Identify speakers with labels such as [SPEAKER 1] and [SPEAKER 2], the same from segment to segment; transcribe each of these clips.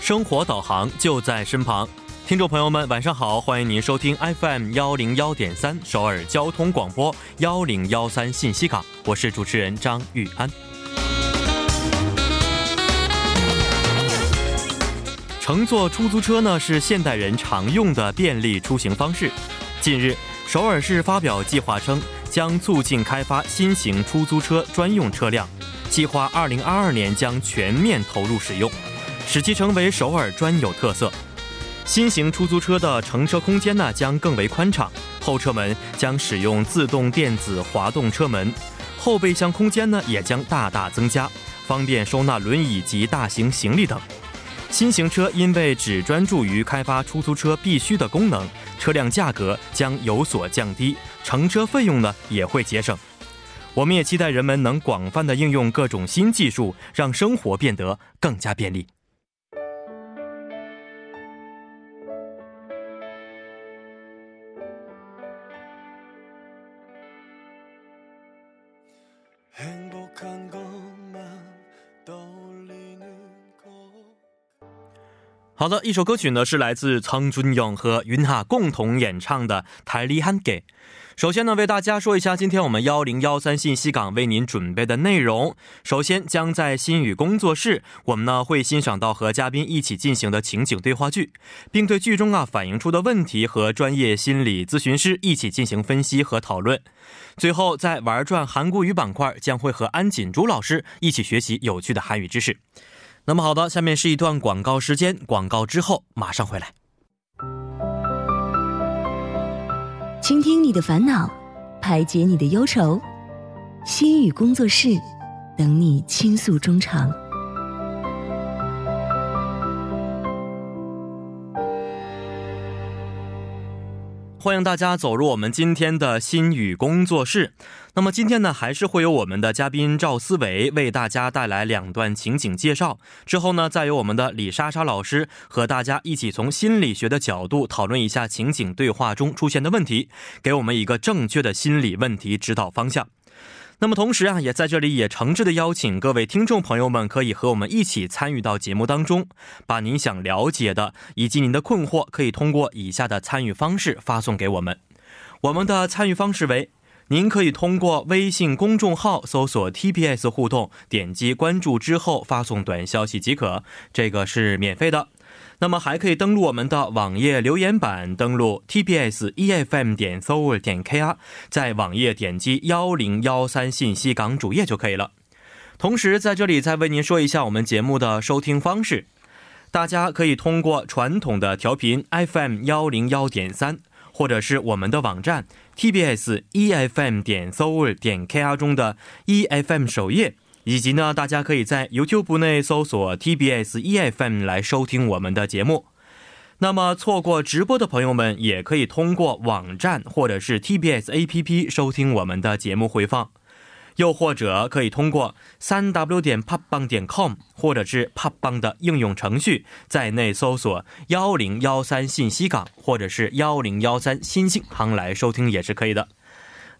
[SPEAKER 1] 生活导航就在身旁。听众朋友们，晚上好，欢迎您收听 FM 幺零幺点三首尔交通广播幺零幺三信息港，我是主持人张玉安。乘坐出租车呢是现代人常用的便利出行方式。近日，首尔市发表计划称，将促进开发新型出租车专用车辆，计划2022年将全面投入使用，使其成为首尔专有特色。新型出租车的乘车空间呢将更为宽敞，后车门将使用自动电子滑动车门，后备箱空间呢也将大大增加，方便收纳轮椅及大型行李等。新型车因为只专注于开发出租车必须的功能，车辆价格将有所降低，乘车费用呢也会节省。我们也期待人们能广泛的应用各种新技术，让生活变得更加便利。好的，一首歌曲呢是来自苍尊勇和云哈共同演唱的《台里汉给》。首先呢，为大家说一下今天我们幺零幺三信息港为您准备的内容。首先将在新语工作室，我们呢会欣赏到和嘉宾一起进行的情景对话剧，并对剧中啊反映出的问题和专业心理咨询师一起进行分析和讨论。最后，在玩转韩国语板块将会和安锦珠老师一起学习有趣的韩语知识。那么好的，下面是一段广告时间，广告之后马上回来。
[SPEAKER 2] 倾听你的烦恼，排解你的忧愁，心语工作室等你倾诉衷肠。
[SPEAKER 1] 欢迎大家走入我们今天的心语工作室。那么今天呢，还是会有我们的嘉宾赵思维为大家带来两段情景介绍，之后呢，再由我们的李莎莎老师和大家一起从心理学的角度讨论一下情景对话中出现的问题，给我们一个正确的心理问题指导方向。那么同时啊，也在这里也诚挚的邀请各位听众朋友们，可以和我们一起参与到节目当中，把您想了解的以及您的困惑，可以通过以下的参与方式发送给我们。我们的参与方式为：您可以通过微信公众号搜索 TBS 互动，点击关注之后发送短消息即可，这个是免费的。那么还可以登录我们的网页留言板，登录 tbs efm E 点 s o u r 点 kr，在网页点击幺零幺三信息港主页就可以了。同时，在这里再为您说一下我们节目的收听方式，大家可以通过传统的调频 FM 幺零幺点三，或者是我们的网站 tbs efm E 点 s o u r 点 kr 中的 efm 首页。以及呢，大家可以在 YouTube 内搜索 TBS EFM E 来收听我们的节目。那么错过直播的朋友们，也可以通过网站或者是 TBS APP 收听我们的节目回放，又或者可以通过三 W 点 p o p b a n g 点 com 或者是 p o p b a n g 的应用程序，在内搜索幺零幺三信息港或者是幺零幺三新星行来收听也是可以的。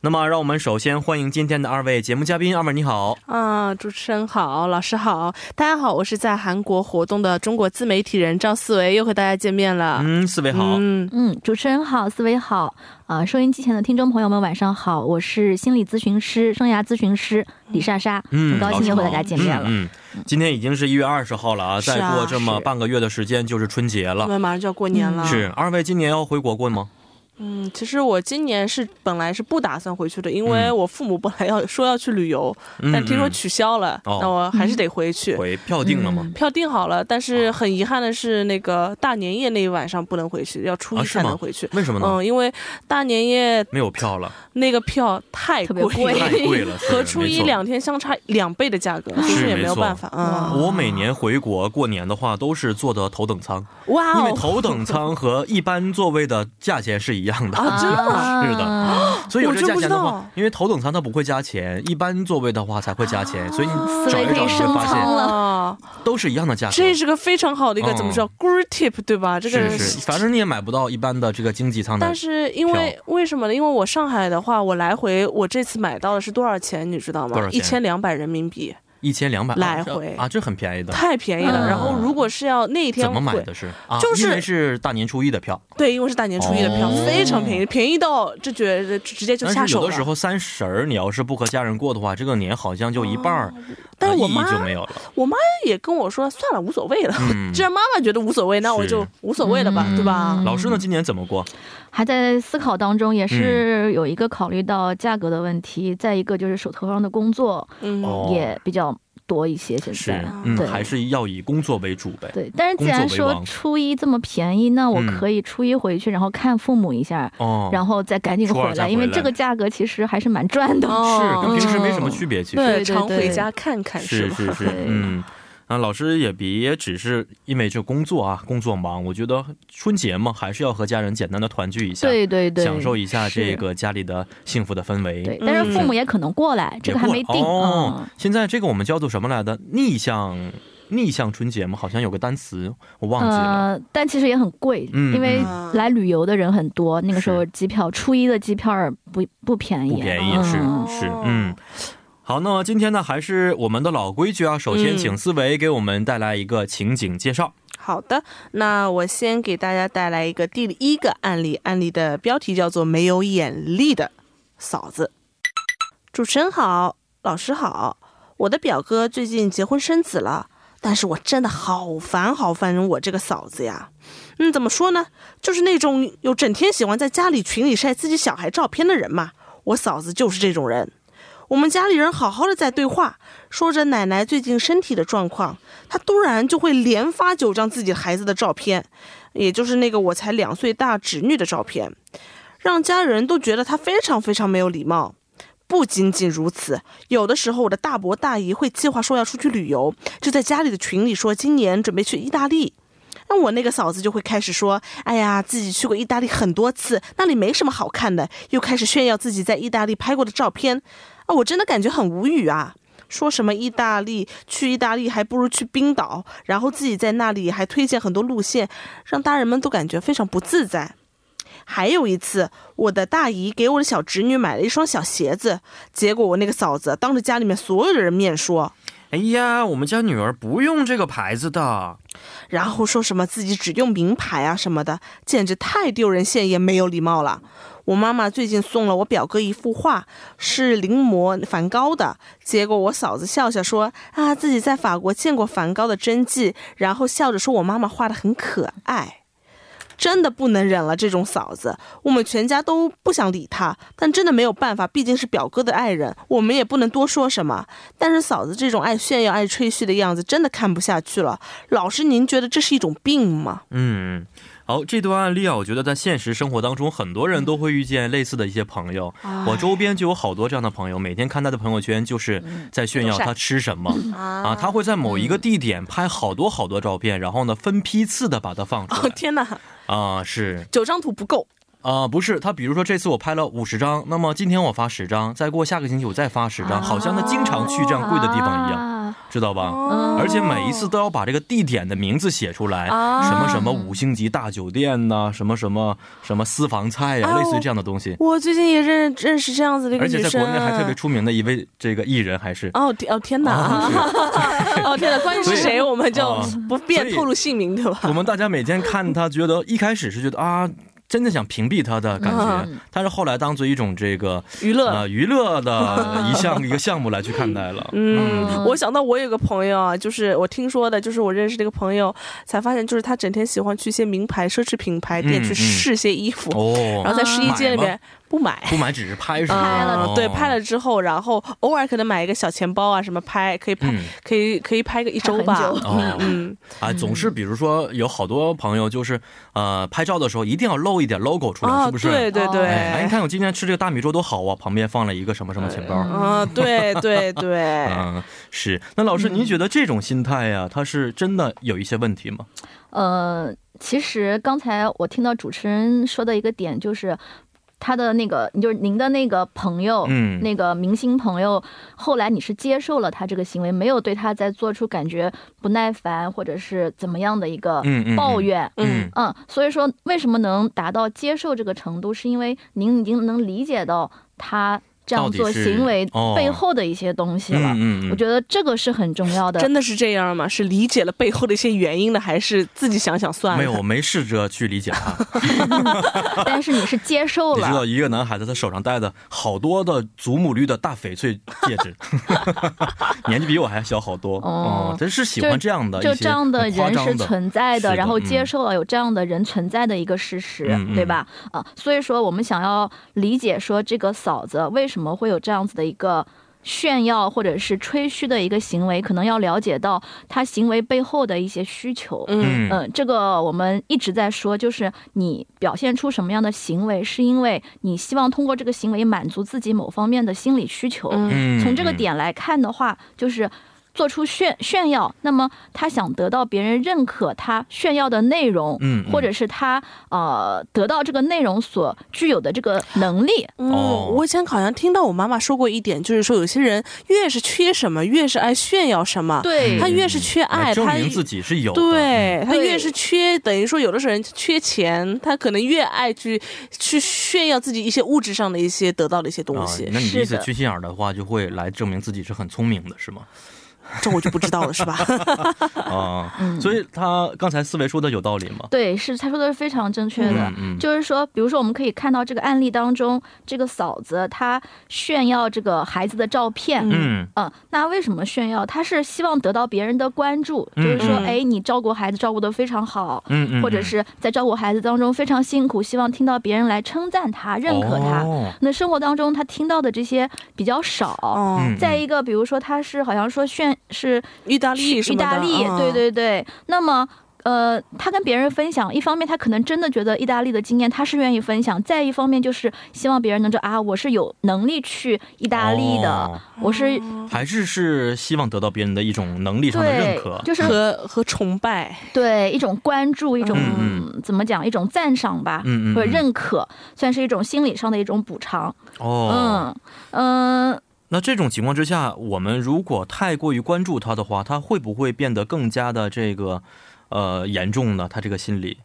[SPEAKER 1] 那么，让我们首先欢迎今天的二位节目嘉宾。二位你好，
[SPEAKER 3] 啊，主持人好，老师好，大家好，我是在韩国活动的中国自媒体人赵思维，又和大家见面了。
[SPEAKER 1] 嗯，四位好。
[SPEAKER 3] 嗯，
[SPEAKER 4] 嗯，主持人好，思维好，啊、收音机前的听众朋友们，晚上好，我是心理咨询师、生涯咨询师李莎莎，
[SPEAKER 1] 嗯
[SPEAKER 4] 很高兴又和大家见面了。
[SPEAKER 1] 嗯，嗯今天已经是一月二十号了啊，
[SPEAKER 3] 是啊
[SPEAKER 1] 再过这么
[SPEAKER 4] 是
[SPEAKER 1] 半个月的时间就是春节
[SPEAKER 3] 我
[SPEAKER 1] 了。
[SPEAKER 3] 们马上就要过年了。
[SPEAKER 4] 嗯
[SPEAKER 1] 是，二位今年要回国过吗？
[SPEAKER 3] 嗯，其实我今年是本来是不打算回去的，因为我父母本来要说要去旅游，
[SPEAKER 1] 嗯
[SPEAKER 3] 但听说
[SPEAKER 1] 嗯
[SPEAKER 3] 取消了，
[SPEAKER 1] 哦
[SPEAKER 3] 那我还是得回去。
[SPEAKER 1] 回哦票定了
[SPEAKER 4] 嗯
[SPEAKER 1] 吗？
[SPEAKER 3] 票订好了，但是很遗憾的是，那个大年夜那一晚上不能回去，要初
[SPEAKER 1] 啊
[SPEAKER 3] 一
[SPEAKER 1] 是
[SPEAKER 3] 才
[SPEAKER 1] 吗
[SPEAKER 3] 能回去。
[SPEAKER 1] 为什么呢？
[SPEAKER 3] 嗯，因为大年夜
[SPEAKER 1] 没有票了，
[SPEAKER 3] 那个票太
[SPEAKER 4] 特别
[SPEAKER 3] 贵
[SPEAKER 4] 贵
[SPEAKER 3] 了
[SPEAKER 1] 太贵 了，是
[SPEAKER 3] 和初一。
[SPEAKER 1] 没错
[SPEAKER 3] 两天相差两倍的价格，
[SPEAKER 1] 是
[SPEAKER 3] 其实也
[SPEAKER 1] 没
[SPEAKER 3] 没有
[SPEAKER 1] 错
[SPEAKER 3] 办法啊。
[SPEAKER 1] 我每年回国过年的话，都是坐的头等舱，
[SPEAKER 3] 哇
[SPEAKER 1] 因为
[SPEAKER 3] 哦，
[SPEAKER 1] 头等舱和一般座位的价钱是一样的，
[SPEAKER 3] 啊真的吗
[SPEAKER 1] 是的所以有这价钱的
[SPEAKER 3] 我真不知
[SPEAKER 1] 话
[SPEAKER 3] 道，
[SPEAKER 1] 因为头等舱它不会加钱，一般座位的话才会加钱，所以你
[SPEAKER 4] 思
[SPEAKER 1] 找
[SPEAKER 4] 维
[SPEAKER 1] 一
[SPEAKER 4] 可
[SPEAKER 1] 找你
[SPEAKER 4] 以
[SPEAKER 1] 会
[SPEAKER 4] 深
[SPEAKER 1] 发现
[SPEAKER 4] 藏了
[SPEAKER 3] 啊，
[SPEAKER 1] 都是一样的价格。
[SPEAKER 3] 这是个非常好的一个
[SPEAKER 1] 嗯
[SPEAKER 3] 怎么说 good tip 对吧？这个
[SPEAKER 1] 是是，反正你也买不到一般的这个经济舱的
[SPEAKER 3] 但。是因为为什么呢？因为我上海的话，我来回我这次买到的是多少钱，你知道
[SPEAKER 1] 多
[SPEAKER 3] 吗
[SPEAKER 1] 少？
[SPEAKER 3] 一
[SPEAKER 1] 钱
[SPEAKER 3] 千两百人民币，
[SPEAKER 1] 一千两百
[SPEAKER 3] 来回
[SPEAKER 1] 啊，这很便宜的。
[SPEAKER 3] 太便宜了。
[SPEAKER 4] 嗯
[SPEAKER 3] 然后如果是要那一天
[SPEAKER 1] 怎么买
[SPEAKER 3] 回
[SPEAKER 1] 的是啊？
[SPEAKER 3] 就是
[SPEAKER 1] 因为是大年初一的票，
[SPEAKER 3] 对，因为是大年初一的票，
[SPEAKER 1] 哦
[SPEAKER 3] 非常便宜，便宜到就觉得直接就下
[SPEAKER 1] 但是
[SPEAKER 3] 手
[SPEAKER 1] 有
[SPEAKER 3] 了。
[SPEAKER 1] 的时候三十儿你要是不和家人过的话，这个年好像就一半儿，
[SPEAKER 3] 哦但是
[SPEAKER 1] 呃
[SPEAKER 3] 我
[SPEAKER 1] 意
[SPEAKER 3] 妈
[SPEAKER 1] 义就没有 了。
[SPEAKER 3] 我妈也跟我说，算了，无所谓了。
[SPEAKER 1] 嗯
[SPEAKER 3] 既然妈妈觉得无所谓，那我就是无所谓了吧，对吧？
[SPEAKER 1] 老师呢，今年怎么过？
[SPEAKER 4] 还在思考当中，也是有一个考虑到价格的问题，再一个就是手头上的工作
[SPEAKER 3] 嗯，
[SPEAKER 1] 哦
[SPEAKER 4] 也比较多一些，现
[SPEAKER 1] 是
[SPEAKER 4] 在，
[SPEAKER 1] 嗯，
[SPEAKER 4] 对
[SPEAKER 1] 还是要以工作为主呗。
[SPEAKER 4] 对。但是既然
[SPEAKER 1] 工作为
[SPEAKER 4] 说
[SPEAKER 1] 王
[SPEAKER 4] 初一这么便宜，那我
[SPEAKER 1] 嗯
[SPEAKER 4] 可以初一回去，然后看父母一下，
[SPEAKER 1] 哦，
[SPEAKER 4] 然后再赶紧
[SPEAKER 1] 初二
[SPEAKER 4] 回
[SPEAKER 1] 再
[SPEAKER 4] 来，
[SPEAKER 1] 回
[SPEAKER 4] 因为
[SPEAKER 1] 来
[SPEAKER 4] 这个价格其实还是蛮赚的。
[SPEAKER 1] 是跟
[SPEAKER 3] 哦
[SPEAKER 1] 平时没什么区别，其实
[SPEAKER 4] 嗯对
[SPEAKER 3] 对，
[SPEAKER 4] 对
[SPEAKER 3] 常
[SPEAKER 4] 对
[SPEAKER 3] 回家看看
[SPEAKER 1] 是
[SPEAKER 3] 吧？
[SPEAKER 1] 是是
[SPEAKER 4] 对，
[SPEAKER 1] 嗯。啊，老师也别只是因为这工作啊，工作忙。我觉得春节嘛，还是要和家人简单的团聚一下，
[SPEAKER 4] 对对对，
[SPEAKER 1] 享受一下这
[SPEAKER 4] 是。
[SPEAKER 1] 个家里的幸福的氛围。
[SPEAKER 4] 对，
[SPEAKER 3] 嗯
[SPEAKER 4] 但是父母也可能过来，这个还没
[SPEAKER 1] 也过
[SPEAKER 4] 定。
[SPEAKER 1] 哦、
[SPEAKER 4] 嗯，
[SPEAKER 1] 现在这个我们叫做什么来的？逆向逆向春节嘛，好像有个单词我忘记了。
[SPEAKER 4] 呃，但其实也很贵，
[SPEAKER 1] 嗯
[SPEAKER 4] 因为
[SPEAKER 3] 嗯
[SPEAKER 4] 来旅游的人很多，那个时候
[SPEAKER 1] 是
[SPEAKER 4] 机票初一的机票儿不不便宜，
[SPEAKER 1] 不便宜
[SPEAKER 4] 嗯、
[SPEAKER 1] 是
[SPEAKER 4] 嗯
[SPEAKER 1] 是嗯。好，那么今天呢，还是我们的老规矩啊。首先，
[SPEAKER 3] 嗯
[SPEAKER 1] 请思维给我们带来一个情景介绍。
[SPEAKER 3] 好的，那我先给大家带来一个第一个案例，案例的标题叫做“没有眼力的嫂子”。主持人好，老师好，我的表哥最近结婚生子了，但是我真的好烦好烦我这个嫂子呀。嗯，怎么说呢？就是那种有整天喜欢在家里群里晒自己小孩照片的人嘛。我嫂子就是这种人。我们家里人好好的在对话，说着奶奶最近身体的状况，她突然就会连发九张自己孩子的照片，也就是那个我才两岁大侄女的照片，让家人都觉得她非常非常没有礼貌。不仅仅如此，有的时候我的大伯大姨会计划说要出去旅游，就在家里的群里说今年准备去意大利。那我那个嫂子就会开始说：“哎呀，自己去过意大利很多次，那里没什么好看的。”又开始炫耀自己在意大利拍过的照片，啊，我真的感觉很无语啊！说什么意大利，去意大利还不如去冰岛，然后自己在那里还推荐很多路线，让大人们都感觉非常不自在。还有一次，我的大姨给我的小侄女买了一双小鞋子，结果我那个嫂子当着家里面所有的人面说，
[SPEAKER 1] 哎呀，我们家女儿不用这个牌子的。
[SPEAKER 3] 然后说什么自己只用名牌啊什么的，简直太丢人现眼，没有礼貌了。我妈妈最近送了我表哥一幅画，是临摹梵高的。结果我嫂子笑笑说：“啊，自己在法国见过梵高的真迹。”然后笑着说我妈妈画的很可爱。真的不能忍了这种嫂子，我们全家都不想理她，但真的没有办法，毕竟是表哥的爱人，我们也不能多说什么。但是嫂子这种爱炫耀、爱吹嘘的样子，真的看不下去了。老师，您觉得这是一种病吗？
[SPEAKER 1] 嗯，好，这段案例啊，我觉得在现实生活当中，很多人都会遇见类似的一些朋友。我周边就有好多这样的朋友，每天看他的朋友圈，就是在炫耀
[SPEAKER 3] 都晒
[SPEAKER 1] 他吃什么。啊，
[SPEAKER 3] 啊
[SPEAKER 1] 他会在某一个地点拍好多好多照片，然后呢分批次的把它放出
[SPEAKER 3] 哦
[SPEAKER 1] 来。
[SPEAKER 3] 天哪，
[SPEAKER 1] 啊，是
[SPEAKER 3] 九张图不够，
[SPEAKER 1] 啊，不是他，比如说这次我拍了五十张，那么今天我发十张，再过下个星期我再发十张，好像他经常去这样贵的地方一样，
[SPEAKER 4] 啊
[SPEAKER 1] 知道吧？
[SPEAKER 4] 嗯
[SPEAKER 3] 哦
[SPEAKER 1] 而且每一次都要把这个地点的名字写出来，
[SPEAKER 3] 啊
[SPEAKER 1] 什么什么五星级大酒店呐、什么什么什么私房菜呀、
[SPEAKER 3] 哎呦
[SPEAKER 1] 类似于这样的东西。
[SPEAKER 3] 我最近也认认识这样子的一个
[SPEAKER 1] 而且
[SPEAKER 3] 女
[SPEAKER 1] 在
[SPEAKER 3] 生，啊
[SPEAKER 1] 国内还特别出名的一位这个艺人，还是
[SPEAKER 3] 哦天哦天哪！ 哦天哪！关于是
[SPEAKER 1] 所以
[SPEAKER 3] 谁，我们就
[SPEAKER 1] 啊
[SPEAKER 3] 不便
[SPEAKER 1] 所以
[SPEAKER 3] 透露姓名，对
[SPEAKER 1] 我
[SPEAKER 3] 吧？
[SPEAKER 1] 们大家每天看他，觉得一开始是觉得啊，真的想屏蔽他的感觉，但是后来当做一种这个
[SPEAKER 3] 嗯娱乐。
[SPEAKER 1] 呃娱乐的一项一个项目来去看待 了。
[SPEAKER 3] 嗯，我想到我有个朋友啊，就是我听说的，就是我认识那个朋友，才发现就是他整天喜欢去一些名牌奢侈品牌店
[SPEAKER 1] 嗯
[SPEAKER 3] 去
[SPEAKER 1] 嗯
[SPEAKER 3] 试些衣服，然
[SPEAKER 1] 哦，
[SPEAKER 3] 后在试衣间里
[SPEAKER 1] 买
[SPEAKER 3] 面不买，
[SPEAKER 1] 不买只是拍是吗？
[SPEAKER 4] 拍了
[SPEAKER 1] 哦
[SPEAKER 3] 对，拍了之后，然后偶尔可能买一个小钱包啊，什么拍可以拍，
[SPEAKER 1] 嗯
[SPEAKER 3] 可以可以拍个一周吧
[SPEAKER 4] 拍很。久
[SPEAKER 1] 哦，
[SPEAKER 3] 嗯，
[SPEAKER 1] 啊，总是比如说有好多朋友就是呃拍照的时候一定要露一点 logo 出来，
[SPEAKER 3] 啊，
[SPEAKER 1] 是不是？
[SPEAKER 3] 对
[SPEAKER 4] 哦
[SPEAKER 3] 对对，
[SPEAKER 1] 哎，哎，你看我今天吃这个大米粥多好啊，旁边放了一个什么什么钱
[SPEAKER 4] 哦
[SPEAKER 1] 包。
[SPEAKER 3] 啊，对对 对，嗯
[SPEAKER 1] 嗯，是。那老师，您觉得这种心态呀、它是真的有一些问题吗？
[SPEAKER 4] 呃，其实刚才我听到主持人说的一个点就是。他的那个，就是您的那个朋友，
[SPEAKER 3] 哦
[SPEAKER 1] 嗯
[SPEAKER 4] 那个明星朋友，后来你是接受了他这个行为，没有对他再做出感觉不耐烦或者是怎么样的一个
[SPEAKER 1] 嗯嗯嗯
[SPEAKER 4] 抱怨，
[SPEAKER 3] 嗯
[SPEAKER 4] 嗯，所以说为什么能达到接受这个程度，是因为您已经能理解到他这样
[SPEAKER 1] 到
[SPEAKER 4] 做
[SPEAKER 1] 底是
[SPEAKER 4] 行为
[SPEAKER 1] 哦
[SPEAKER 4] 背后的一些东西了。
[SPEAKER 1] 嗯嗯嗯，
[SPEAKER 4] 我觉得这个是很重要的。
[SPEAKER 3] 真的是这样吗？是理解了背后的一些原因呢，还是自己想想算了？
[SPEAKER 1] 没有，我没试着去理解他。
[SPEAKER 4] 但是你是接受
[SPEAKER 1] 你知
[SPEAKER 4] 了，
[SPEAKER 1] 道，一个男孩子他手上戴的好多的祖母绿的大翡翠戒 指，年纪比我还小好多。
[SPEAKER 4] 哦
[SPEAKER 1] 嗯，真是喜欢这样的，
[SPEAKER 4] 就
[SPEAKER 1] 一些
[SPEAKER 4] 这样的
[SPEAKER 1] 很夸
[SPEAKER 4] 人
[SPEAKER 1] 张
[SPEAKER 4] 是
[SPEAKER 1] 的
[SPEAKER 4] 存在
[SPEAKER 1] 是的
[SPEAKER 4] 的，然后
[SPEAKER 1] 嗯
[SPEAKER 4] 接受了有这样的人存在的一个事实，
[SPEAKER 1] 嗯嗯
[SPEAKER 4] 对吧？啊、所以说我们想要理解说这个嫂子为什么会有这样子的一个。炫耀或者是吹嘘的一个行为，可能要了解到她行为背后的一些需求。
[SPEAKER 3] 嗯
[SPEAKER 1] 嗯
[SPEAKER 4] 嗯，这个我们一直在说，就是你表现出什么样的行为，是因为你希望通过这个行为满足自己某方面的心理需求。
[SPEAKER 3] 嗯
[SPEAKER 1] 嗯，
[SPEAKER 4] 从这个点来看的话，就是做出炫炫耀，那么他想得到别人认可他炫耀的内容，
[SPEAKER 1] 嗯，嗯，
[SPEAKER 4] 或者是他呃得到这个内容所具有的这个能力。
[SPEAKER 3] 嗯
[SPEAKER 1] 哦，
[SPEAKER 3] 我以前好像听到我妈妈说过一点，就是说有些人越是缺什么，越是爱炫耀什么，
[SPEAKER 4] 对嗯
[SPEAKER 3] 他越是缺
[SPEAKER 1] 来
[SPEAKER 3] 爱，
[SPEAKER 1] 哎证
[SPEAKER 3] 他
[SPEAKER 1] 明自己是有的，
[SPEAKER 3] 对他
[SPEAKER 4] 对
[SPEAKER 3] 越是缺，等于说有的时候人缺钱，他可能越爱去去炫耀自己一些物质上的一些得到的一些
[SPEAKER 1] 嗯
[SPEAKER 3] 东
[SPEAKER 1] 啊
[SPEAKER 3] 西，，
[SPEAKER 1] 那你的意
[SPEAKER 4] 是
[SPEAKER 1] 思
[SPEAKER 4] 的
[SPEAKER 1] 缺心眼儿的话，就会来证明自己是很聪明的，是吗？
[SPEAKER 3] 这我就不知道了，是吧？
[SPEAKER 1] 啊、
[SPEAKER 4] 嗯
[SPEAKER 1] 所以他刚才思维说的有道理吗？
[SPEAKER 4] 对，是他说的是非常正确的。
[SPEAKER 1] 嗯嗯，
[SPEAKER 4] 啊就是说，比如说，我们可以看到这个案例当中，这个嫂子她炫耀这个孩子的照片，
[SPEAKER 3] 嗯
[SPEAKER 1] 嗯
[SPEAKER 4] 嗯，那为什么炫耀？她是希望得到别人的关注，就是说，
[SPEAKER 3] 嗯嗯
[SPEAKER 4] 哎，你照顾孩子照顾得非常好，
[SPEAKER 1] 嗯嗯，
[SPEAKER 4] 或者是在照顾孩子当中非常辛苦，希望听到别人来称赞他、认可他。
[SPEAKER 1] 哦、
[SPEAKER 4] 那生活当中他听到的这些比较少。
[SPEAKER 3] 哦，
[SPEAKER 1] 嗯，
[SPEAKER 4] 再一个，比如说他是好像说炫是
[SPEAKER 3] 意大利什
[SPEAKER 4] 意
[SPEAKER 3] 么的，
[SPEAKER 4] 大利，
[SPEAKER 3] 嗯
[SPEAKER 4] 对。对对。那么。呃，他跟别人分享，一方面他可能真的觉得意大利的经验他是愿意分享，再一方面就是希望别人能知道啊，我是有能力去意大利的，
[SPEAKER 1] 哦
[SPEAKER 4] 我是
[SPEAKER 1] 还是是希望得到别人的一种能力上的认
[SPEAKER 4] 对
[SPEAKER 1] 可，，
[SPEAKER 4] 就是
[SPEAKER 3] 和和崇拜，
[SPEAKER 4] 对一种关注，一种、
[SPEAKER 1] 嗯
[SPEAKER 4] 怎么讲，一种赞赏吧，
[SPEAKER 1] 嗯嗯嗯
[SPEAKER 4] 或者认可，算是一种心理上的一种补偿。
[SPEAKER 1] 哦，
[SPEAKER 4] 嗯嗯、呃
[SPEAKER 1] 那这种情况之下，我们如果太过于关注他的话，他会不会变得更加的这个呃严重呢？他这个心理，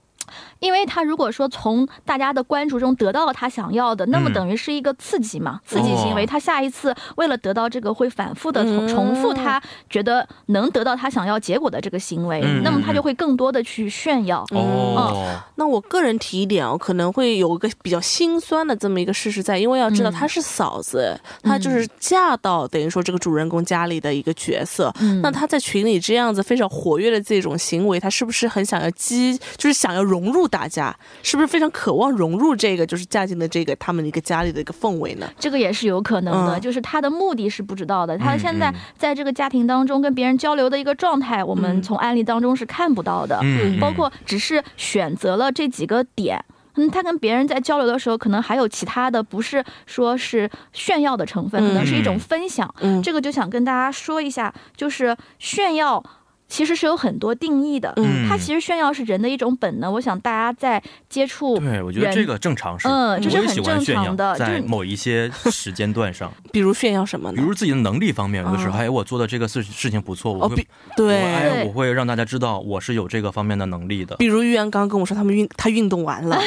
[SPEAKER 4] 因为他如果说从大家的关注中得到了他想要的，那么
[SPEAKER 1] 嗯
[SPEAKER 4] 等于是一个刺激嘛，刺激行为。
[SPEAKER 1] 哦
[SPEAKER 4] 他下一次为了得到这个，会反复的重
[SPEAKER 3] 嗯
[SPEAKER 4] 重复他觉得能得到他想要结果的这个行为，
[SPEAKER 1] 嗯
[SPEAKER 4] 那么他
[SPEAKER 1] 嗯
[SPEAKER 4] 就会更多的去炫耀。
[SPEAKER 1] 哦，
[SPEAKER 3] 那我个人提一点哦，可能会有一个比较心酸的这么一个事实在，因为要知道
[SPEAKER 4] 嗯
[SPEAKER 3] 她是嫂子，她就是嫁到等于说这个主人公家里的一个角色。
[SPEAKER 4] 嗯
[SPEAKER 3] 那她在群里这样子非常活跃的这种行为，她是不是很想要激，就是想要融入大家？是不是非常渴望融入这个就是嫁进了这个他们的一个家里的一个氛围呢？
[SPEAKER 4] 这个也是有可能的，
[SPEAKER 3] 嗯
[SPEAKER 4] 就是他的目的是不知道的。他
[SPEAKER 1] 嗯
[SPEAKER 4] 现在
[SPEAKER 1] 嗯
[SPEAKER 4] 在这个家庭当中跟别人交流的一个状态，我们
[SPEAKER 3] 嗯
[SPEAKER 4] 从案例当中是看不到的。
[SPEAKER 1] 嗯，
[SPEAKER 4] 呃包括只是选择了这几个点。嗯，他跟别人在交流的时候，可能还有其他的，不是说是炫耀的成分，
[SPEAKER 3] 嗯
[SPEAKER 4] 可能是一种分享。
[SPEAKER 3] 嗯，
[SPEAKER 4] 这个就想跟大家说一下，就是炫耀其实是有很多定义的。
[SPEAKER 3] 嗯
[SPEAKER 4] 它其实炫耀是人的一种本能。我想大家在接触，
[SPEAKER 1] 对，我觉得
[SPEAKER 4] 人
[SPEAKER 1] 这个正常是，
[SPEAKER 4] 嗯，这是
[SPEAKER 1] 我也
[SPEAKER 4] 很
[SPEAKER 1] 喜欢
[SPEAKER 4] 正
[SPEAKER 1] 炫耀
[SPEAKER 4] 常的，就是
[SPEAKER 1] 在某一些时间段 上，
[SPEAKER 3] 比如炫耀什么
[SPEAKER 1] 比
[SPEAKER 3] 呢？
[SPEAKER 1] 如自己的能力方面，有的时候，
[SPEAKER 4] 嗯
[SPEAKER 3] 哦
[SPEAKER 1] 哎，我做的这个事事情不错，我
[SPEAKER 3] 哦，
[SPEAKER 1] 会，
[SPEAKER 3] 比
[SPEAKER 1] 我
[SPEAKER 3] 对。
[SPEAKER 1] 哎，我会让大家知道我是有这个方面的能 力的。
[SPEAKER 3] 比如玉安刚跟我说，他们运他运动完了，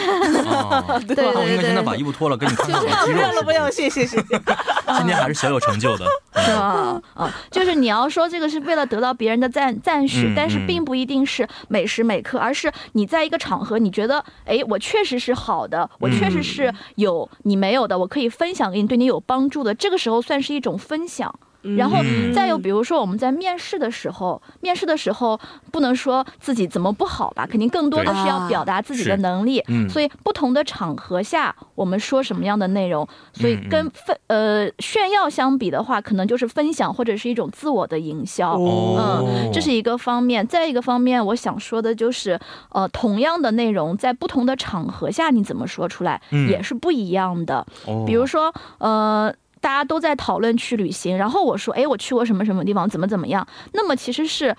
[SPEAKER 1] 啊，
[SPEAKER 3] 对
[SPEAKER 4] 对
[SPEAKER 1] 那 我应该现在把
[SPEAKER 4] 对
[SPEAKER 1] 衣服脱了，给你看看我的肌
[SPEAKER 4] 就是
[SPEAKER 1] 肉是不是。
[SPEAKER 3] 谢谢谢谢。
[SPEAKER 1] 今天还是小有成就的。
[SPEAKER 4] 是吧？嗯，就是你要说这个是为了得到别人的赞赞许
[SPEAKER 1] 嗯，
[SPEAKER 4] 但是
[SPEAKER 1] 嗯
[SPEAKER 4] 并不一定是每时每刻，而是你在一个场合，你觉得，哎，我确实是好的，我确实是
[SPEAKER 1] 嗯
[SPEAKER 4] 有你没有的，我可以分享给你，对你有帮助的，这个时候算是一种分享。然后
[SPEAKER 1] 嗯
[SPEAKER 4] 再有，比如说我们在面试的时候，面试的时候不能说自己怎么不好吧，肯定更多的
[SPEAKER 1] 对
[SPEAKER 4] 是要表达自己的
[SPEAKER 1] 是
[SPEAKER 4] 能力。
[SPEAKER 1] 嗯
[SPEAKER 4] 所以不同的场合下，我们说什么样的内容，所以
[SPEAKER 1] 嗯嗯
[SPEAKER 4] 跟分、呃炫耀相比的话，可能就是分享或者是一种自我的营销。
[SPEAKER 1] 哦
[SPEAKER 4] 嗯，这是一个方面，再一个方面，我想说的就是，呃，同样的内容在不同的场合下，你怎么说出来、
[SPEAKER 1] 嗯
[SPEAKER 4] 也是不一样的。
[SPEAKER 1] 哦
[SPEAKER 4] 比如说，呃，大家都在讨论去旅行，然后我说，哎，我去过什么什么地方，怎么怎么样，那么其实是，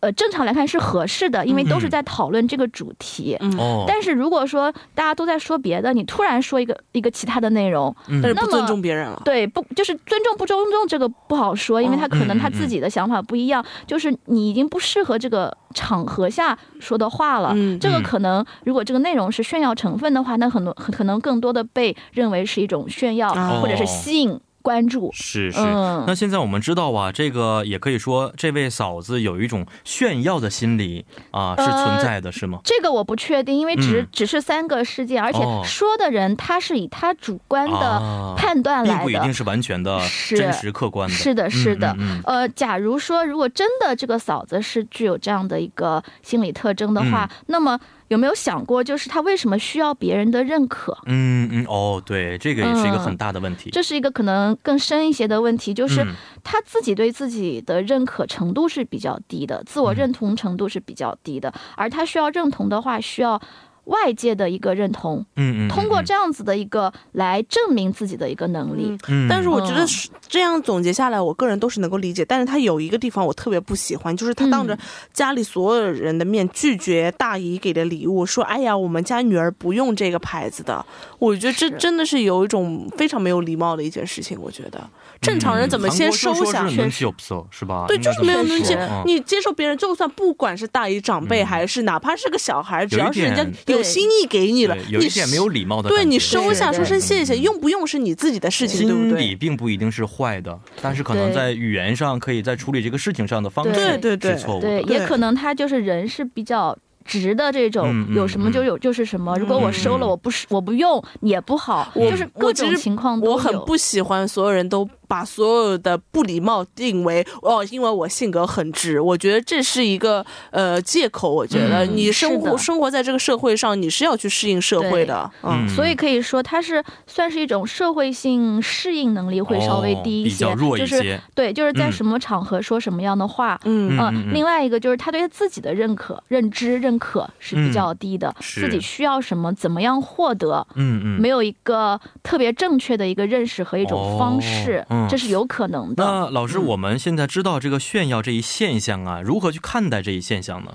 [SPEAKER 4] 呃，正常来看是合适的，因为都是
[SPEAKER 1] 嗯
[SPEAKER 4] 在讨论这个主题。
[SPEAKER 1] 哦，
[SPEAKER 4] 但是如果说大家都在说别的，你突然说一个一个其他的内容，
[SPEAKER 1] 嗯
[SPEAKER 3] 但是
[SPEAKER 4] 那
[SPEAKER 3] 不尊
[SPEAKER 4] 么
[SPEAKER 3] 重别人了。
[SPEAKER 4] 对，不就是尊重不尊重这个不好说，
[SPEAKER 1] 哦
[SPEAKER 4] 因为他可
[SPEAKER 1] 嗯
[SPEAKER 4] 能他自己的想法不一样，就是你已经不适合这个场合下说的话了。
[SPEAKER 3] 嗯
[SPEAKER 4] 这个
[SPEAKER 1] 嗯
[SPEAKER 4] 可能如果这个内容是炫耀成分的话，那很多很可能更多的被认为是一种炫耀、
[SPEAKER 3] 哦
[SPEAKER 4] 或者是吸引。关注。
[SPEAKER 1] 是是、
[SPEAKER 4] 嗯
[SPEAKER 1] 那现在我们知道啊，这个也可以说这位嫂子有一种炫耀的心理啊、
[SPEAKER 3] 呃
[SPEAKER 1] 是存在的，是吗？
[SPEAKER 4] 这个我不确定，因为只、
[SPEAKER 1] 嗯
[SPEAKER 4] 只是三个事件，而且
[SPEAKER 1] 哦
[SPEAKER 4] 说的人他是以他主观
[SPEAKER 1] 啊
[SPEAKER 4] 的判断
[SPEAKER 1] 并
[SPEAKER 4] 来
[SPEAKER 1] 不一
[SPEAKER 4] 的，
[SPEAKER 1] 定是完全的
[SPEAKER 4] 是
[SPEAKER 1] 真实客观的。
[SPEAKER 4] 是的，是的。
[SPEAKER 1] 嗯嗯嗯
[SPEAKER 4] 呃，假如说如果真的这个嫂子是具有这样的一个心理特征的话，
[SPEAKER 1] 嗯
[SPEAKER 4] 那么有没有想过，就是她为什么需要别人的认可？
[SPEAKER 1] 嗯嗯哦，对，这个也是一个
[SPEAKER 4] 嗯
[SPEAKER 1] 很大的问题。
[SPEAKER 4] 这是一个可能更深一些的问题，就是
[SPEAKER 1] 嗯
[SPEAKER 4] 她自己对自己的认可程度是比较低的，自我
[SPEAKER 1] 嗯
[SPEAKER 4] 认同程度是比较低的，而她需要认同的话，需要外界的一个认同，
[SPEAKER 1] 嗯嗯，
[SPEAKER 4] 通过
[SPEAKER 1] 嗯
[SPEAKER 4] 这样子的一个来证明自己的一个能力。
[SPEAKER 3] 嗯，
[SPEAKER 1] 嗯，
[SPEAKER 3] 但是我觉得
[SPEAKER 4] 嗯
[SPEAKER 3] 是这样总结下来，我个人都是能够理解。但是他有一个地方我特别不喜欢，就是他当着
[SPEAKER 4] 嗯
[SPEAKER 3] 家里所有人的面拒绝大姨给的礼物，说：“哎呀，我们家女儿不用这个牌子的。”我觉得这
[SPEAKER 4] 是
[SPEAKER 3] 真的是有一种非常没有礼貌的一件事情。我觉得正常人怎么先
[SPEAKER 1] 嗯嗯、韩
[SPEAKER 3] 收下？
[SPEAKER 1] 国就说是能接受是吧？
[SPEAKER 3] 对，
[SPEAKER 1] 应
[SPEAKER 3] 就
[SPEAKER 1] 该
[SPEAKER 3] 是
[SPEAKER 1] 这么
[SPEAKER 3] 没有能
[SPEAKER 1] 说
[SPEAKER 3] 接
[SPEAKER 1] 嗯、
[SPEAKER 3] 你接受别人，就算不管是大姨长辈，
[SPEAKER 1] 嗯
[SPEAKER 3] 还是哪怕是个小孩，只
[SPEAKER 1] 有一
[SPEAKER 3] 要是人家
[SPEAKER 1] 点
[SPEAKER 4] 对
[SPEAKER 3] 有心意给你了
[SPEAKER 1] 对，有
[SPEAKER 3] 你
[SPEAKER 1] 一点没有礼貌的感觉。
[SPEAKER 3] 对你收下，
[SPEAKER 4] 对
[SPEAKER 3] 说声谢谢，
[SPEAKER 1] 嗯
[SPEAKER 3] 用不用是你自己的事情，对不
[SPEAKER 1] 心
[SPEAKER 3] 对？
[SPEAKER 1] 理并不一定是坏的，但是可能
[SPEAKER 4] 对
[SPEAKER 1] 在语言上可以在处理这个事情上的方式
[SPEAKER 4] 对
[SPEAKER 3] 对对
[SPEAKER 1] 是错误的。
[SPEAKER 4] 对，也
[SPEAKER 3] 对
[SPEAKER 4] 可能他就是人是比较。直的这种
[SPEAKER 1] 嗯，嗯
[SPEAKER 4] 有什么就
[SPEAKER 1] 嗯
[SPEAKER 4] 有，就是什么。如果我收了，
[SPEAKER 1] 嗯
[SPEAKER 4] 我不是我不用也不好，
[SPEAKER 3] 我
[SPEAKER 4] 就是
[SPEAKER 3] 我
[SPEAKER 4] 各
[SPEAKER 3] 其
[SPEAKER 4] 种
[SPEAKER 3] 实
[SPEAKER 4] 情况都有。
[SPEAKER 3] 我很不喜欢所有人都把所有的不礼貌定为哦，因为我性格很直，我觉得这是一个呃借口。我觉得、
[SPEAKER 1] 嗯
[SPEAKER 3] 你生
[SPEAKER 4] 是
[SPEAKER 3] 活
[SPEAKER 4] 的
[SPEAKER 3] 生活在这个社会上，你是要去适应社会的。嗯，
[SPEAKER 1] 嗯
[SPEAKER 4] 所以可以说，它是算是一种社会性适应能力会稍微低
[SPEAKER 1] 哦、
[SPEAKER 4] 一
[SPEAKER 1] 比
[SPEAKER 4] 些，
[SPEAKER 1] 较弱一
[SPEAKER 4] 就
[SPEAKER 1] 些。
[SPEAKER 4] 是对，就是在
[SPEAKER 1] 嗯
[SPEAKER 4] 什么场合说什么样的话。呃
[SPEAKER 3] 嗯
[SPEAKER 1] 嗯
[SPEAKER 4] 啊另外一个就是他对他自己的认可、认知、认可是比较低的，
[SPEAKER 1] 嗯是
[SPEAKER 4] 自己需要什么、怎么样获得，
[SPEAKER 1] 嗯嗯，
[SPEAKER 4] 没有一个特别正确的一个认识和一种方式，
[SPEAKER 1] 哦嗯
[SPEAKER 4] 这是有嗯可能的。
[SPEAKER 1] 那老师，我们现在知道这个炫耀这一现象啊，如何去看待这一现象呢？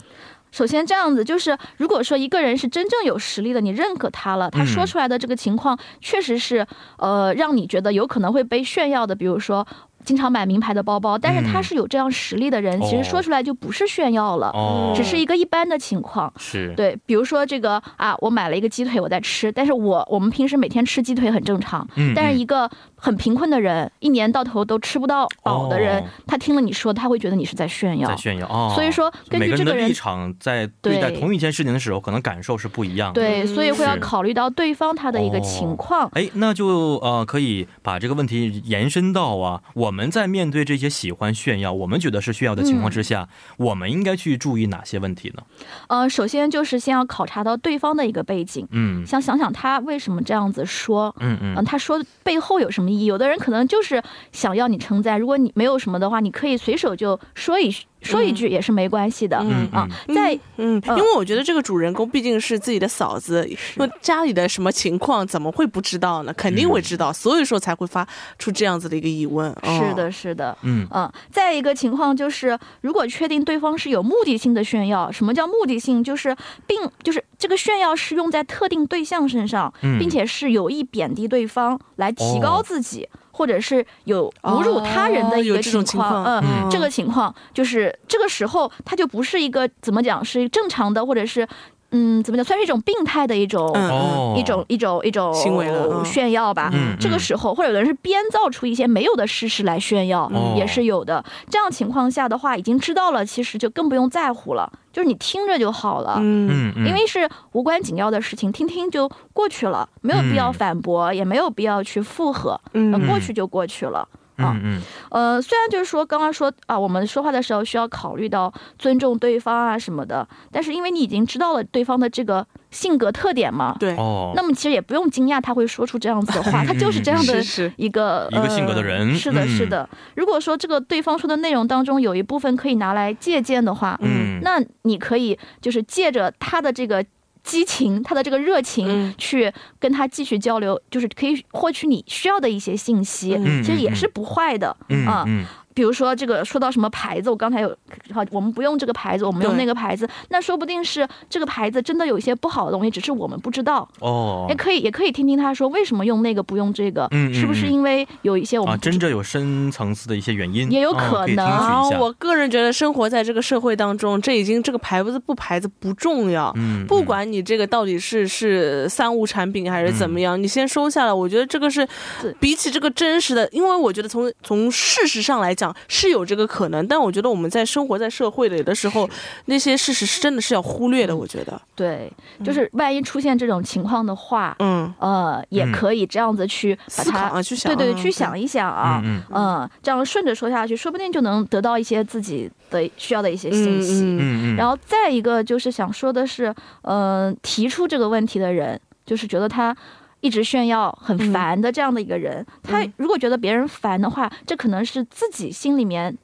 [SPEAKER 4] 首先，这样子就是，如果说一个人是真正有实力的，你认可他了，他
[SPEAKER 1] 嗯
[SPEAKER 4] 说出来的这个情况确实是，呃，让你觉得有可能会被炫耀的，比如说。经常买名牌的包包，但是他是有这样实力的人，
[SPEAKER 1] 嗯哦
[SPEAKER 4] 其实说出来就不是炫耀了，
[SPEAKER 1] 哦，
[SPEAKER 4] 嗯只是一个一般的情况。
[SPEAKER 1] 是
[SPEAKER 4] 对，比如说这个啊，我买了一个鸡腿，我在吃，但是我我们平时每天吃鸡腿很正常，
[SPEAKER 1] 嗯
[SPEAKER 4] 但是一个很贫困的人，一年到头都吃不到饱的人，
[SPEAKER 1] 哦
[SPEAKER 4] 他听了你说，他会觉得你是在炫耀
[SPEAKER 1] 在。炫耀哦，
[SPEAKER 4] 所以说，根
[SPEAKER 1] 每
[SPEAKER 4] 据
[SPEAKER 1] 个
[SPEAKER 4] 这
[SPEAKER 1] 人
[SPEAKER 4] 个
[SPEAKER 1] 的
[SPEAKER 4] 人
[SPEAKER 1] 立场在对待
[SPEAKER 4] 对
[SPEAKER 1] 同一件事情的时候，可能感受是不一样的。
[SPEAKER 4] 对，
[SPEAKER 3] 嗯
[SPEAKER 4] 所以会要
[SPEAKER 1] 是
[SPEAKER 4] 考虑到对方他的一个情况。
[SPEAKER 1] 哎，那就呃，可以把这个问题延伸到啊，我们在面对这些喜欢炫耀、我们觉得是炫耀的情况
[SPEAKER 4] 嗯
[SPEAKER 1] 之下，我们应该去注意哪些问题呢？
[SPEAKER 4] 呃，首先就是先要考察到对方的一个背景，
[SPEAKER 1] 嗯
[SPEAKER 4] 想想想他为什么这样子说。
[SPEAKER 1] 嗯
[SPEAKER 4] 嗯，
[SPEAKER 1] 嗯，
[SPEAKER 4] 他说背后有什么意义？有的人可能就是想要你称赞，如果你没有什么的话，你可以随手就说一说一句也是没关系的。
[SPEAKER 3] 嗯
[SPEAKER 4] 啊，
[SPEAKER 3] 嗯
[SPEAKER 4] 在
[SPEAKER 3] 嗯，因
[SPEAKER 4] 嗯
[SPEAKER 3] 为我觉得这个主人公毕竟是自己的嫂子，因为家里的什么情况怎么会不知道呢？肯定会知道，所以说才会发出这样子的一个疑问。哦
[SPEAKER 4] 是，的，是的。
[SPEAKER 1] 嗯
[SPEAKER 4] 嗯，再一个情况就是，如果确定对方是有目的性的炫耀，什么叫目的性？就是并就是这个炫耀是用在特定对象身上，
[SPEAKER 1] 嗯哦
[SPEAKER 4] 并且是有意贬低对方来提高自己，或者是有侮辱他人的一
[SPEAKER 3] 哦有
[SPEAKER 4] 个
[SPEAKER 3] 这
[SPEAKER 4] 情
[SPEAKER 3] 种
[SPEAKER 4] 况。
[SPEAKER 3] 情况
[SPEAKER 4] 嗯，
[SPEAKER 1] 嗯
[SPEAKER 4] 这个情况就是这个时候他就不是一个怎么讲是正常的，或者是嗯怎么讲算是一种病态的一种。
[SPEAKER 3] 嗯
[SPEAKER 1] 哦，
[SPEAKER 4] 一种一种一种
[SPEAKER 3] 行为了嗯
[SPEAKER 4] 炫耀吧，
[SPEAKER 1] 嗯
[SPEAKER 4] 这个时候，或者有的人是编造出一些没有的事实来炫耀，
[SPEAKER 1] 哦
[SPEAKER 4] 也是有的。这样情况下的话，已经知道了，其实就更不用在乎了，就是你听着就好了。
[SPEAKER 3] 嗯
[SPEAKER 1] 嗯嗯，
[SPEAKER 4] 因为是无关紧要的事情，听听就过去了，没有必要
[SPEAKER 1] 嗯
[SPEAKER 4] 反驳，也没有必要去附和，呃
[SPEAKER 3] 嗯
[SPEAKER 4] 过去就过去了。
[SPEAKER 1] 嗯嗯
[SPEAKER 4] 呃，虽然就是说刚刚说啊，我们说话的时候需要考虑到尊重对方啊什么的，但是因为你已经知道了对方的这个性格特点嘛，
[SPEAKER 3] 对，
[SPEAKER 1] 哦，
[SPEAKER 4] 那么其实也不用惊讶他会说出这样子的话，
[SPEAKER 1] 嗯
[SPEAKER 4] 他就是这样的
[SPEAKER 3] 是是
[SPEAKER 4] 一个
[SPEAKER 1] 一个性格的
[SPEAKER 4] 呃
[SPEAKER 1] 人
[SPEAKER 4] 是的，
[SPEAKER 1] 嗯
[SPEAKER 4] 是的。如果说这个对方说的内容当中有一部分可以拿来借鉴的话，
[SPEAKER 1] 嗯
[SPEAKER 4] 那你可以就是借着他的这个激情，他的这个热情。
[SPEAKER 3] 嗯
[SPEAKER 4] 去跟他继续交流，就是可以获取你需要的一些信息，
[SPEAKER 3] 嗯
[SPEAKER 4] 其实也是不坏的。
[SPEAKER 1] 嗯
[SPEAKER 4] 啊
[SPEAKER 1] 嗯
[SPEAKER 4] 比如说这个说到什么牌子，我刚才有好，我们不用这个牌子，我们用
[SPEAKER 3] 对
[SPEAKER 4] 那个
[SPEAKER 1] 嗯
[SPEAKER 4] 牌子，那说不定是这个牌子真的有一些不好的东西，只是我们不知道。
[SPEAKER 1] 哦
[SPEAKER 4] 也，可以，也可以听听他说为什么用那个不用这个，
[SPEAKER 1] 嗯嗯
[SPEAKER 4] 是不是
[SPEAKER 1] 嗯
[SPEAKER 4] 因为有一些我们
[SPEAKER 1] 啊，
[SPEAKER 4] 不知
[SPEAKER 1] 真正有深层次的一些原因，
[SPEAKER 4] 也有可
[SPEAKER 1] 哦可以听
[SPEAKER 4] 能
[SPEAKER 1] 取
[SPEAKER 3] 啊
[SPEAKER 1] 一下，
[SPEAKER 3] 我个人觉得生活在这个社会当中，这已经这个牌子不牌子不重要，
[SPEAKER 1] 嗯，
[SPEAKER 3] 不管你这个到底是是三无产品还是怎么样，你先收下来。我觉得这个是
[SPEAKER 4] 对
[SPEAKER 3] 比起这个真实的，因为我觉得从从事实上来讲是有这个可能，但我觉得我们在生活在社会里的时候，那些事实是真的是要忽略的。我觉得，
[SPEAKER 4] 对，
[SPEAKER 1] 嗯
[SPEAKER 4] 就是万一出现这种情况的话，
[SPEAKER 3] 嗯，
[SPEAKER 4] 呃，也
[SPEAKER 1] 嗯
[SPEAKER 4] 可以这样子去把
[SPEAKER 3] 思考
[SPEAKER 4] 它，
[SPEAKER 3] 啊，去想
[SPEAKER 4] 对
[SPEAKER 3] 啊，
[SPEAKER 4] 对，去想一想啊
[SPEAKER 1] 嗯，嗯
[SPEAKER 4] 嗯，这样顺着说下去，说不定就能得到一些自己的需要的一些信息。
[SPEAKER 3] 嗯嗯
[SPEAKER 1] 嗯嗯，
[SPEAKER 4] 然
[SPEAKER 1] 后
[SPEAKER 4] 后再一个就是想说的是，嗯、提出这个问题的人，就是觉得他一直炫耀很
[SPEAKER 3] 嗯
[SPEAKER 4] 烦的这样的一个人，他
[SPEAKER 3] 嗯
[SPEAKER 4] 如果觉得别人烦的话，这可能是自己心里面。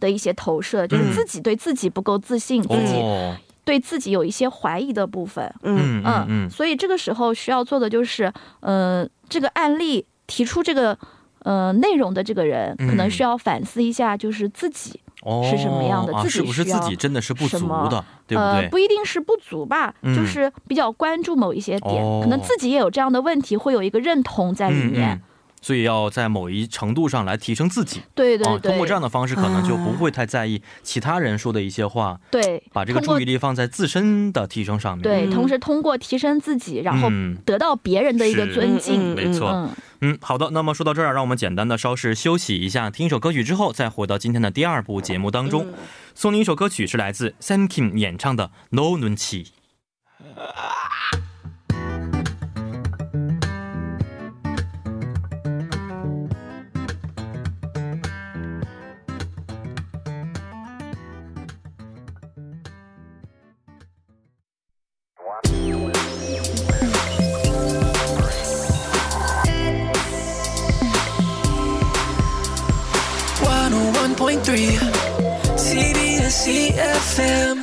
[SPEAKER 4] 的一些投射，就是
[SPEAKER 1] 嗯
[SPEAKER 4] 自己对自己不够自信，自己
[SPEAKER 1] 哦，
[SPEAKER 4] 对自己有一些怀疑的部分，
[SPEAKER 1] 嗯
[SPEAKER 3] 嗯
[SPEAKER 1] 嗯嗯，
[SPEAKER 4] 所以这个时候需要做的就是，嗯，这个案例提出这个，呃，内容的这个人，可能
[SPEAKER 1] 嗯
[SPEAKER 4] 需要反思一下，就是自己
[SPEAKER 1] 哦，
[SPEAKER 4] 是什么样的
[SPEAKER 1] 啊
[SPEAKER 4] 自己
[SPEAKER 1] 是不是
[SPEAKER 4] 需
[SPEAKER 1] 自
[SPEAKER 4] 要
[SPEAKER 1] 己真的是不
[SPEAKER 4] 什
[SPEAKER 1] 足
[SPEAKER 4] 么
[SPEAKER 1] 的，对不
[SPEAKER 4] 呃，
[SPEAKER 1] 对？
[SPEAKER 4] 不一定是不足吧，就
[SPEAKER 1] 嗯
[SPEAKER 4] 是比较关注某一些点，
[SPEAKER 1] 哦
[SPEAKER 4] 可能自己也有这样的问题，会有一个认同在里
[SPEAKER 1] 嗯
[SPEAKER 4] 面。
[SPEAKER 1] 嗯，所以要在某一程度上来提升自己。
[SPEAKER 4] 对对
[SPEAKER 1] 啊，
[SPEAKER 4] 对，
[SPEAKER 1] 通过这样的方式，可能就不会太在意其他人说的一些话，
[SPEAKER 4] 对，
[SPEAKER 1] 把这个
[SPEAKER 4] 通过
[SPEAKER 1] 注意力放在自身的提升上面。
[SPEAKER 4] 对，
[SPEAKER 3] 嗯
[SPEAKER 4] 同时通过提升自己，然后
[SPEAKER 1] 嗯
[SPEAKER 4] 得到别人的一个
[SPEAKER 1] 是
[SPEAKER 4] 尊敬。
[SPEAKER 1] 没错
[SPEAKER 4] 嗯，
[SPEAKER 1] 嗯，好的。那么说到这儿，让我们简单的稍事休息一下，听一首歌曲之后，再回到今天的第二部节目当
[SPEAKER 4] 嗯
[SPEAKER 1] 中。送您一首歌曲，是来自 Sam Kim 演唱的《No n u n c h
[SPEAKER 5] 101.3 CBS EFM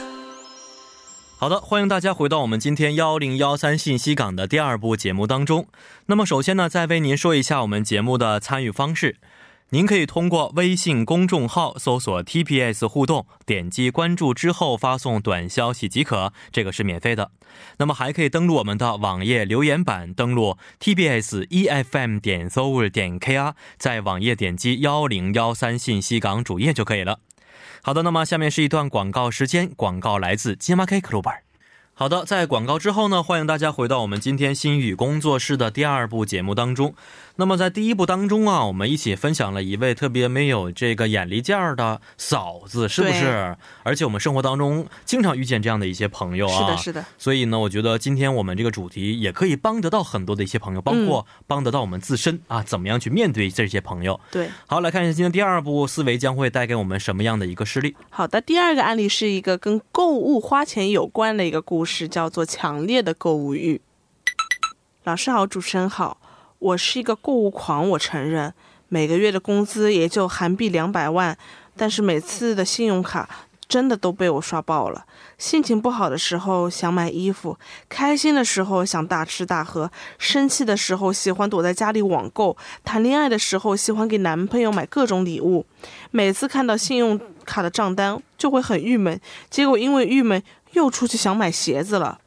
[SPEAKER 1] 好的，欢迎大家回到我们今天幺零幺三信息港的第二部节目当中。那么首先呢，再为您说一下我们节目的参与方式。您可以通过微信公众号搜索 TPS 互动，点击关注之后发送短消息即可，这个是免费的。那么还可以登录我们的网页留言板，登录 TBS EFM E 点 s o u r 点 KR，在网页点击幺零幺三信息港主页就可以了。好的，那么下面是一段广告时间，广告来自 GMK Club。好的，在广告之后呢，欢迎大家回到我们今天心语工作室的第二部节目当中。那么在第一部当中啊，我们一起分享了一位特别没有这个眼力见儿的嫂子，是不是？而且我们生活当中经常遇见这样的一些朋友啊。
[SPEAKER 3] 是的，是的，
[SPEAKER 1] 所以呢，我觉得今天我们这个主题也可以帮得到很多的一些朋友，
[SPEAKER 3] 嗯
[SPEAKER 1] 包括帮得到我们自身啊，怎么样去面对这些朋友。
[SPEAKER 3] 对。
[SPEAKER 1] 好，来看一下今天第二步，思维将会带给我们什么样的一个事例？
[SPEAKER 3] 好的，第二个案例是一个跟购物花钱有关的一个故事，叫做《强烈的购物欲》。老师好，主持人好，我是一个购物狂，我承认，每个月的工资也就韩币两百万，但是每次的信用卡真的都被我刷爆了。心情不好的时候想买衣服，开心的时候想大吃大喝，生气的时候喜欢躲在家里网购，谈恋爱的时候喜欢给男朋友买各种礼物。每次看到信用卡的账单就会很郁闷，结果因为郁闷又出去想买鞋子了。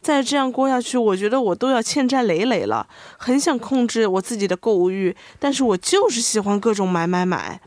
[SPEAKER 3] 再这样过下去，我觉得我都要欠债累累了。很想控制我自己的购物欲，但是我就是喜欢各种买买买。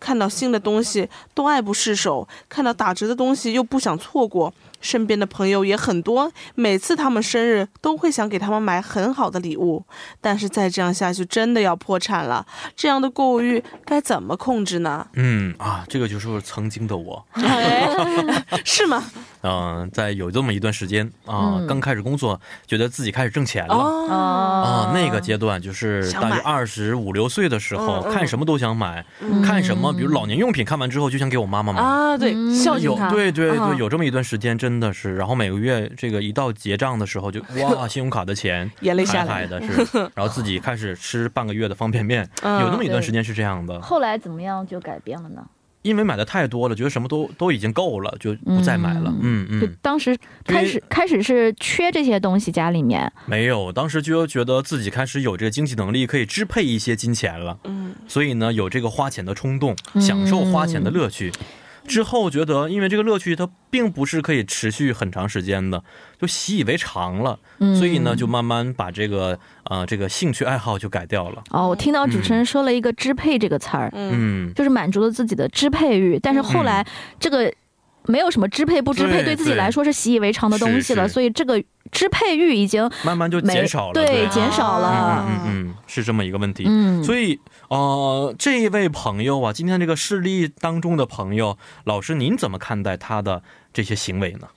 [SPEAKER 3] 看到新的东西都爱不释手，看到打折的东西又不想错过。身边的朋友也很多，每次他们生日都会想给他们买很好的礼物，但是再这样下去真的要破产了。这样的购物欲该怎么控制呢？
[SPEAKER 1] 嗯啊，这个就是曾经的我，
[SPEAKER 4] 嗯
[SPEAKER 3] 是吗？
[SPEAKER 1] 嗯、在有这么一段时间啊、
[SPEAKER 4] 嗯
[SPEAKER 1] 刚开始工作，觉得自己开始挣钱了。
[SPEAKER 3] 哦，
[SPEAKER 1] 啊
[SPEAKER 4] 啊，
[SPEAKER 1] 那个阶段就是
[SPEAKER 3] 想
[SPEAKER 1] 大
[SPEAKER 3] 买
[SPEAKER 1] 约二十五六岁的时候，
[SPEAKER 3] 嗯嗯
[SPEAKER 1] 看什么都想买、
[SPEAKER 4] 嗯
[SPEAKER 1] 看什么，比如老年用品，看完之后就想给我妈妈买。
[SPEAKER 3] 啊，对，
[SPEAKER 4] 嗯
[SPEAKER 3] 孝敬
[SPEAKER 1] 有
[SPEAKER 3] 他，
[SPEAKER 1] 对对
[SPEAKER 3] 啊
[SPEAKER 1] 对，有这么一段时间真的是，然后每个月这个一到结账的时候 就哇，信用卡的钱
[SPEAKER 3] 眼泪下
[SPEAKER 1] 海海
[SPEAKER 3] 来了，
[SPEAKER 1] 的 是，然后自己开始吃半个月的方便面，
[SPEAKER 3] 嗯
[SPEAKER 1] 有那么一段时间是这样的，
[SPEAKER 4] 后来怎么样就改变了呢？
[SPEAKER 1] 因为买的太多了，觉得什么都都已经够了，就不再买了。嗯
[SPEAKER 4] 就
[SPEAKER 1] 嗯，
[SPEAKER 4] 当时开始开始是缺这些东西，家里面
[SPEAKER 1] 没有，当时就觉得自己开始有这个经济能力，可以支配一些金钱了。
[SPEAKER 3] 嗯，
[SPEAKER 1] 所以呢，有这个花钱的冲动，享受花钱的乐趣。之后觉得，因为这个乐趣它并不是可以持续很长时间的，就习以为常了，
[SPEAKER 4] 嗯
[SPEAKER 1] 所以呢，就慢慢把这个呃这个兴趣爱好就改掉了。
[SPEAKER 4] 哦，我听到主持人说了一个“支配”这个词儿，
[SPEAKER 1] 嗯，
[SPEAKER 4] 就是满足了自己的支配欲，但是后来这个没有什么支配不支配，
[SPEAKER 1] 对
[SPEAKER 4] 对自己来说是习以为常的东西了，
[SPEAKER 1] 是是
[SPEAKER 4] 所以这个支配欲已经
[SPEAKER 1] 慢慢就
[SPEAKER 4] 没
[SPEAKER 1] 减少了，
[SPEAKER 4] 对，
[SPEAKER 1] 吧
[SPEAKER 4] 减少了。
[SPEAKER 1] 嗯嗯嗯，是这么一个问题。
[SPEAKER 4] 嗯，
[SPEAKER 1] 所以，呃，这一位朋友啊，今天这个事例当中的朋友，老师您怎么看待他的这些行为呢？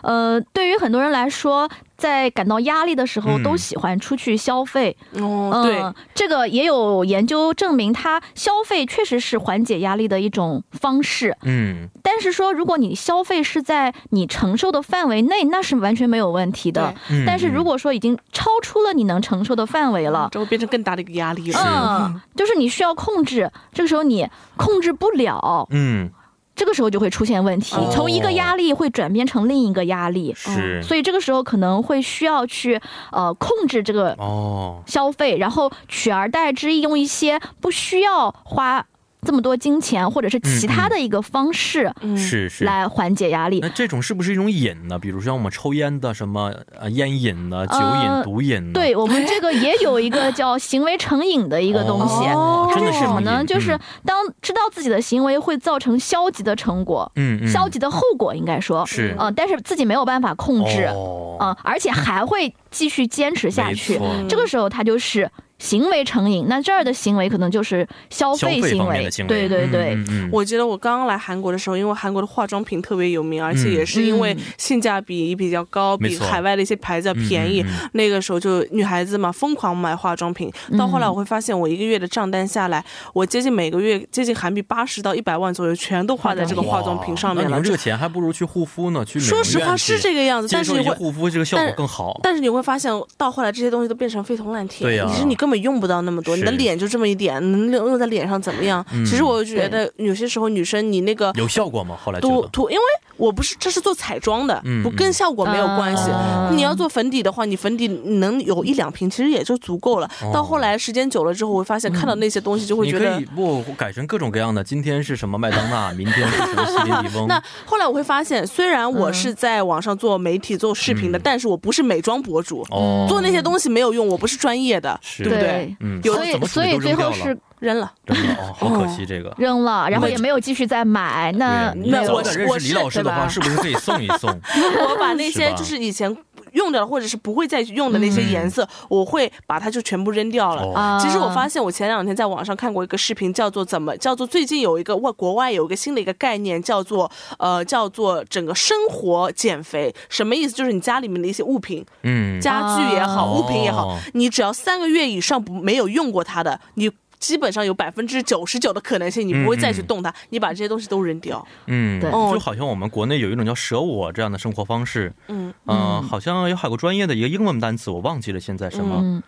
[SPEAKER 4] 呃，对于很多人来说，在感到压力的时候，
[SPEAKER 1] 嗯
[SPEAKER 4] 都喜欢出去消费。
[SPEAKER 3] 哦，对，
[SPEAKER 4] 嗯，这个也有研究证明，它消费确实是缓解压力的一种方式。
[SPEAKER 1] 嗯，
[SPEAKER 4] 但是说，如果你消费是在你承受的范围内，那是完全没有问题的。
[SPEAKER 1] 嗯
[SPEAKER 4] 但是
[SPEAKER 1] 果
[SPEAKER 4] 如果说已经超出了你能承受的范围了，
[SPEAKER 3] 这会变成更大的一个压力了。
[SPEAKER 4] 嗯，就是你需要控制，这个时候你控制不了，
[SPEAKER 1] 嗯
[SPEAKER 4] 这个时候就会出现问题
[SPEAKER 3] 哦，
[SPEAKER 4] 从一个压力会转变成另一个压力，
[SPEAKER 1] 是
[SPEAKER 4] 所以这个时候可能会需要去呃控制这个
[SPEAKER 1] 哦，
[SPEAKER 4] 消费，然后取而代之用一些不需要花这么多金钱或者是其他的一个方式
[SPEAKER 3] 嗯，
[SPEAKER 1] 是嗯是。
[SPEAKER 4] 来缓解压力。
[SPEAKER 1] 那这种是不是一种瘾呢？比如像我们抽烟的什么呃烟瘾呢、酒瘾、
[SPEAKER 4] 呃
[SPEAKER 1] 毒瘾呢？
[SPEAKER 4] 对我们这个也有一个叫行为成瘾的一个东西，
[SPEAKER 1] 哦
[SPEAKER 4] 它
[SPEAKER 1] 真的
[SPEAKER 4] 是
[SPEAKER 1] 是
[SPEAKER 4] 什么
[SPEAKER 1] 瘾嗯
[SPEAKER 4] 呢？就是当知道自己的行为会造成消极的成果，
[SPEAKER 1] 嗯嗯，
[SPEAKER 4] 消极的后果应该说，
[SPEAKER 1] 是
[SPEAKER 4] 嗯、但是自己没有办法控制，嗯、
[SPEAKER 1] 哦，
[SPEAKER 4] 而且还会继续坚持下
[SPEAKER 1] 没
[SPEAKER 4] 去。
[SPEAKER 1] 错嗯
[SPEAKER 3] 嗯
[SPEAKER 4] 这个时候他就是行为成瘾，那这儿的行为可能就是消
[SPEAKER 1] 消
[SPEAKER 4] 费
[SPEAKER 1] 费
[SPEAKER 4] 行
[SPEAKER 1] 方面
[SPEAKER 4] 为，
[SPEAKER 1] 的行
[SPEAKER 4] 对对对。
[SPEAKER 1] 嗯嗯嗯
[SPEAKER 3] 我记得我刚刚来韩国的时候，因为韩国的化妆品特别有名，而且也是因为性价比比较高，
[SPEAKER 1] 嗯没
[SPEAKER 3] 比
[SPEAKER 1] 错
[SPEAKER 3] 海外的一些牌子要便宜。
[SPEAKER 1] 嗯嗯嗯
[SPEAKER 3] 那个时候就女孩子嘛，疯狂买化妆品。到
[SPEAKER 1] 嗯
[SPEAKER 3] 后来我会发现，我一个月的账单下来，我接近每个月接近韩币八十到一百万左右，全都花在这个化妆品上面
[SPEAKER 1] 哇那
[SPEAKER 3] 了
[SPEAKER 1] 你。这个钱还不如去护肤呢，去美
[SPEAKER 3] 说
[SPEAKER 1] 容
[SPEAKER 3] 实话
[SPEAKER 1] 院
[SPEAKER 3] 是
[SPEAKER 1] 去
[SPEAKER 3] 这个样子，
[SPEAKER 1] 接
[SPEAKER 3] 但是
[SPEAKER 1] 受
[SPEAKER 3] 你
[SPEAKER 1] 一些
[SPEAKER 3] 会。
[SPEAKER 1] 护肤，这个效
[SPEAKER 3] 但
[SPEAKER 1] 果更好。
[SPEAKER 3] 但是你会发现，到后来这些东西都变成废铜烂铁。
[SPEAKER 1] 对呀
[SPEAKER 3] 其实你根本用不到那么多，
[SPEAKER 1] 是嗯
[SPEAKER 3] 你的脸就这么一点，能用在脸上怎么样？其实我觉得有些时候女生你那个
[SPEAKER 1] 有效果吗？后来觉
[SPEAKER 3] 涂
[SPEAKER 1] 得
[SPEAKER 3] 涂，因为我不是这是做彩妆的，
[SPEAKER 1] 嗯
[SPEAKER 3] 不跟效果没有关系。
[SPEAKER 4] 啊
[SPEAKER 3] 你要做粉底的话，你粉底能有一两瓶，其实也就足够了。到后来时间久了之后，我会发现看到那些东西就会
[SPEAKER 1] 哦你
[SPEAKER 3] 觉
[SPEAKER 1] 可
[SPEAKER 3] 得
[SPEAKER 1] 以。不改成各种各样的，今天是什么麦当娜，明天是什么西 林迪翁。
[SPEAKER 3] 那后来我会发现，虽然我是在网上做媒体、做视频的，
[SPEAKER 1] 嗯
[SPEAKER 3] 但是我不是美妆博主，
[SPEAKER 1] 哦，
[SPEAKER 3] 做那些东西没有用，我不是专业的，
[SPEAKER 1] 是
[SPEAKER 3] 对不对？
[SPEAKER 4] 对
[SPEAKER 1] 嗯，
[SPEAKER 3] 有
[SPEAKER 4] 所
[SPEAKER 1] 怎
[SPEAKER 4] 以，
[SPEAKER 1] 么处
[SPEAKER 4] 所
[SPEAKER 1] 理
[SPEAKER 4] 以
[SPEAKER 1] 都
[SPEAKER 4] 最
[SPEAKER 1] 扔掉
[SPEAKER 4] 后
[SPEAKER 1] 了，
[SPEAKER 4] 是
[SPEAKER 3] 扔了。
[SPEAKER 1] 真的哦，好可惜这个。
[SPEAKER 4] 扔了，然后也没有继续再买。
[SPEAKER 1] 对
[SPEAKER 4] 那
[SPEAKER 1] 呀
[SPEAKER 4] 没
[SPEAKER 3] 那
[SPEAKER 4] 有
[SPEAKER 1] 早
[SPEAKER 3] 我
[SPEAKER 1] 点
[SPEAKER 3] 是
[SPEAKER 1] 认识李
[SPEAKER 3] 是
[SPEAKER 1] 老师的
[SPEAKER 3] 对
[SPEAKER 1] 话，
[SPEAKER 3] 吧
[SPEAKER 1] 是不是可以送一送？
[SPEAKER 3] 我把那
[SPEAKER 1] 是
[SPEAKER 3] 些
[SPEAKER 1] 吧嗯
[SPEAKER 3] 就是以前用掉了或者是不会再用的那些颜色，我会把它就全部扔掉了。
[SPEAKER 1] 哦，
[SPEAKER 4] 啊，
[SPEAKER 3] 其实我发现，我前两天在网上看过一个视频，叫做怎么叫做最近有一个外国外有一个新的一个概念，叫做呃叫做整个生活减肥，什么意思？就是你家里面的一些物品，
[SPEAKER 1] 嗯，
[SPEAKER 3] 家具也好，
[SPEAKER 1] 哦
[SPEAKER 3] 物品也好，你只要三个月以上不没有用过它的，你。基本上有百分之九十九的可能性，你不会再去动它，你把这些东西都扔掉。
[SPEAKER 1] 嗯，
[SPEAKER 4] 对
[SPEAKER 1] 就好像我们国内有一种叫“舍我”这样的生活方式，
[SPEAKER 3] 嗯
[SPEAKER 1] 嗯、好像有还有个专业的一个英文单词，我忘记了现在什么。
[SPEAKER 4] 嗯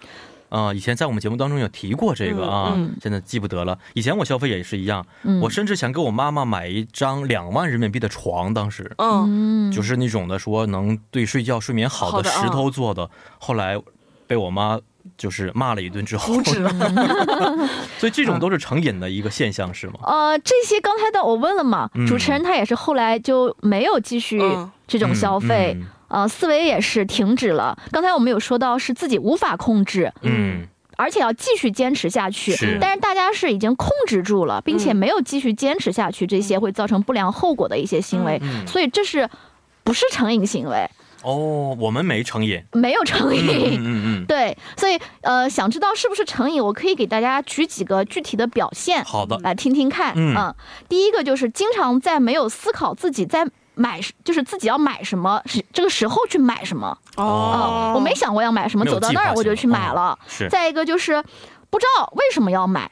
[SPEAKER 1] 啊、以前在我们节目当中有提过这个啊，
[SPEAKER 4] 嗯嗯
[SPEAKER 1] 现在记不得了。以前我消费也是一样，
[SPEAKER 4] 嗯
[SPEAKER 1] 我甚至想给我妈妈买一张两万人民币的床，当时、
[SPEAKER 3] 嗯，
[SPEAKER 4] 嗯，啊
[SPEAKER 1] 就是那种的说能对睡觉睡眠好
[SPEAKER 3] 好
[SPEAKER 1] 的
[SPEAKER 3] 的
[SPEAKER 1] 石头做的，后来被我妈就是骂了一顿之后， 所以这种都是成瘾的一个现象，是吗？
[SPEAKER 4] 呃，这些刚才的我问了嘛，
[SPEAKER 1] 嗯
[SPEAKER 4] 主持人他也是后来就没有继续
[SPEAKER 3] 嗯
[SPEAKER 4] 这种消费，
[SPEAKER 1] 嗯
[SPEAKER 4] 呃，思维也是停止了。刚才我们有说到是自己无法控制，
[SPEAKER 1] 嗯，
[SPEAKER 4] 而且要继续坚持下去。
[SPEAKER 1] 是
[SPEAKER 4] 但是大家是已经控制住了，并且
[SPEAKER 3] 嗯
[SPEAKER 4] 没有继续坚持下去，这些会造成不良后果的一些行为，
[SPEAKER 1] 嗯嗯
[SPEAKER 4] 所以这是不是成瘾行为？
[SPEAKER 1] 哦，我们没成 瘾，
[SPEAKER 4] 没有成
[SPEAKER 1] 嗯
[SPEAKER 4] 瘾。
[SPEAKER 1] 嗯嗯嗯，
[SPEAKER 4] 对，所以呃，想知道是不是成瘾，我可以给大家举几个具体的表现，
[SPEAKER 1] 好的，
[SPEAKER 4] 来听听看。
[SPEAKER 1] 嗯
[SPEAKER 4] 第一个就是经常在没有思考自己在买，就是自己要买什么，是这个时候去买什么。
[SPEAKER 1] 哦
[SPEAKER 4] 我没想过要买什么，
[SPEAKER 1] 没有
[SPEAKER 4] 走到那
[SPEAKER 1] 计
[SPEAKER 4] 儿
[SPEAKER 1] 划
[SPEAKER 4] 我
[SPEAKER 1] 性
[SPEAKER 4] 就
[SPEAKER 1] 哦
[SPEAKER 4] 去买了。
[SPEAKER 1] 是，
[SPEAKER 4] 再一个就是不知道为什么要买，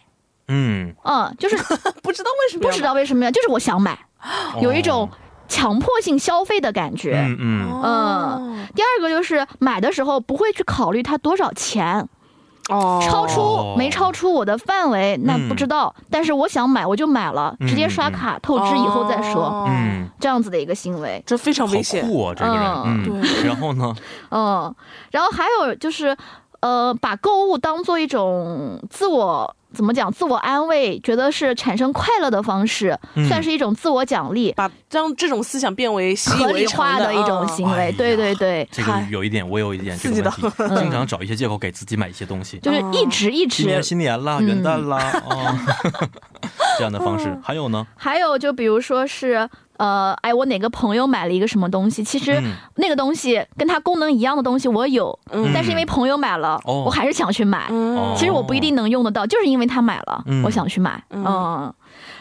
[SPEAKER 1] 嗯，
[SPEAKER 4] 嗯， 就是
[SPEAKER 3] 不知道为什么
[SPEAKER 4] 不
[SPEAKER 3] 要
[SPEAKER 4] 知道为什么要，就是我想买，有一种
[SPEAKER 1] 哦，
[SPEAKER 4] 强迫性消费的感觉。
[SPEAKER 1] 嗯嗯，
[SPEAKER 3] 买。哦
[SPEAKER 4] 第二个就是买的时候不会去考虑它多少钱，
[SPEAKER 3] 哦，
[SPEAKER 4] 超出没超出我的范围，那
[SPEAKER 1] 嗯
[SPEAKER 4] 不知道。但是我想买，我就买了，直接刷卡透支以后再说，
[SPEAKER 3] 哦，
[SPEAKER 1] 嗯，
[SPEAKER 4] 这样子的一个行为。
[SPEAKER 3] 这非常危
[SPEAKER 1] 好
[SPEAKER 3] 险。
[SPEAKER 1] 酷哦，这个人，
[SPEAKER 4] 嗯
[SPEAKER 1] 嗯，然后呢，
[SPEAKER 4] 嗯，然后还有就是，呃，把购物当做一种自我怎么讲，自我安慰，觉得是产生快乐的方式，
[SPEAKER 1] 嗯
[SPEAKER 4] 算是一种自我奖励，
[SPEAKER 3] 把让这种思想变为习以
[SPEAKER 4] 合
[SPEAKER 3] 为
[SPEAKER 4] 理
[SPEAKER 3] 常
[SPEAKER 4] 化
[SPEAKER 3] 的嗯
[SPEAKER 4] 的一种行
[SPEAKER 1] 哎
[SPEAKER 4] 为。
[SPEAKER 1] 呀
[SPEAKER 4] 对对对，
[SPEAKER 1] 这个
[SPEAKER 3] 嗨
[SPEAKER 1] 有一点，我有一点这个
[SPEAKER 3] 刺激
[SPEAKER 1] 问
[SPEAKER 3] 到
[SPEAKER 1] 题，经常找一些借口给自己买一些东西。
[SPEAKER 4] 就是
[SPEAKER 3] 嗯
[SPEAKER 4] 一直一
[SPEAKER 1] 今
[SPEAKER 4] 直
[SPEAKER 1] 年新年啦，
[SPEAKER 4] 嗯
[SPEAKER 1] 元旦啦，哦， 这样的方式。还有呢，
[SPEAKER 4] 还有就比如说是。呃，哎，我哪个朋友买了一个什么东西？其实
[SPEAKER 1] 嗯
[SPEAKER 4] 那个东西跟它功能一样的东西我有，
[SPEAKER 3] 嗯
[SPEAKER 4] 但是因为朋友买了，
[SPEAKER 1] 哦
[SPEAKER 4] 我还是想去买。
[SPEAKER 1] 哦
[SPEAKER 3] 嗯
[SPEAKER 4] 其实我不一定能用得到，就是因为他买了，
[SPEAKER 1] 嗯
[SPEAKER 4] 我想去买。
[SPEAKER 3] 嗯
[SPEAKER 4] 嗯。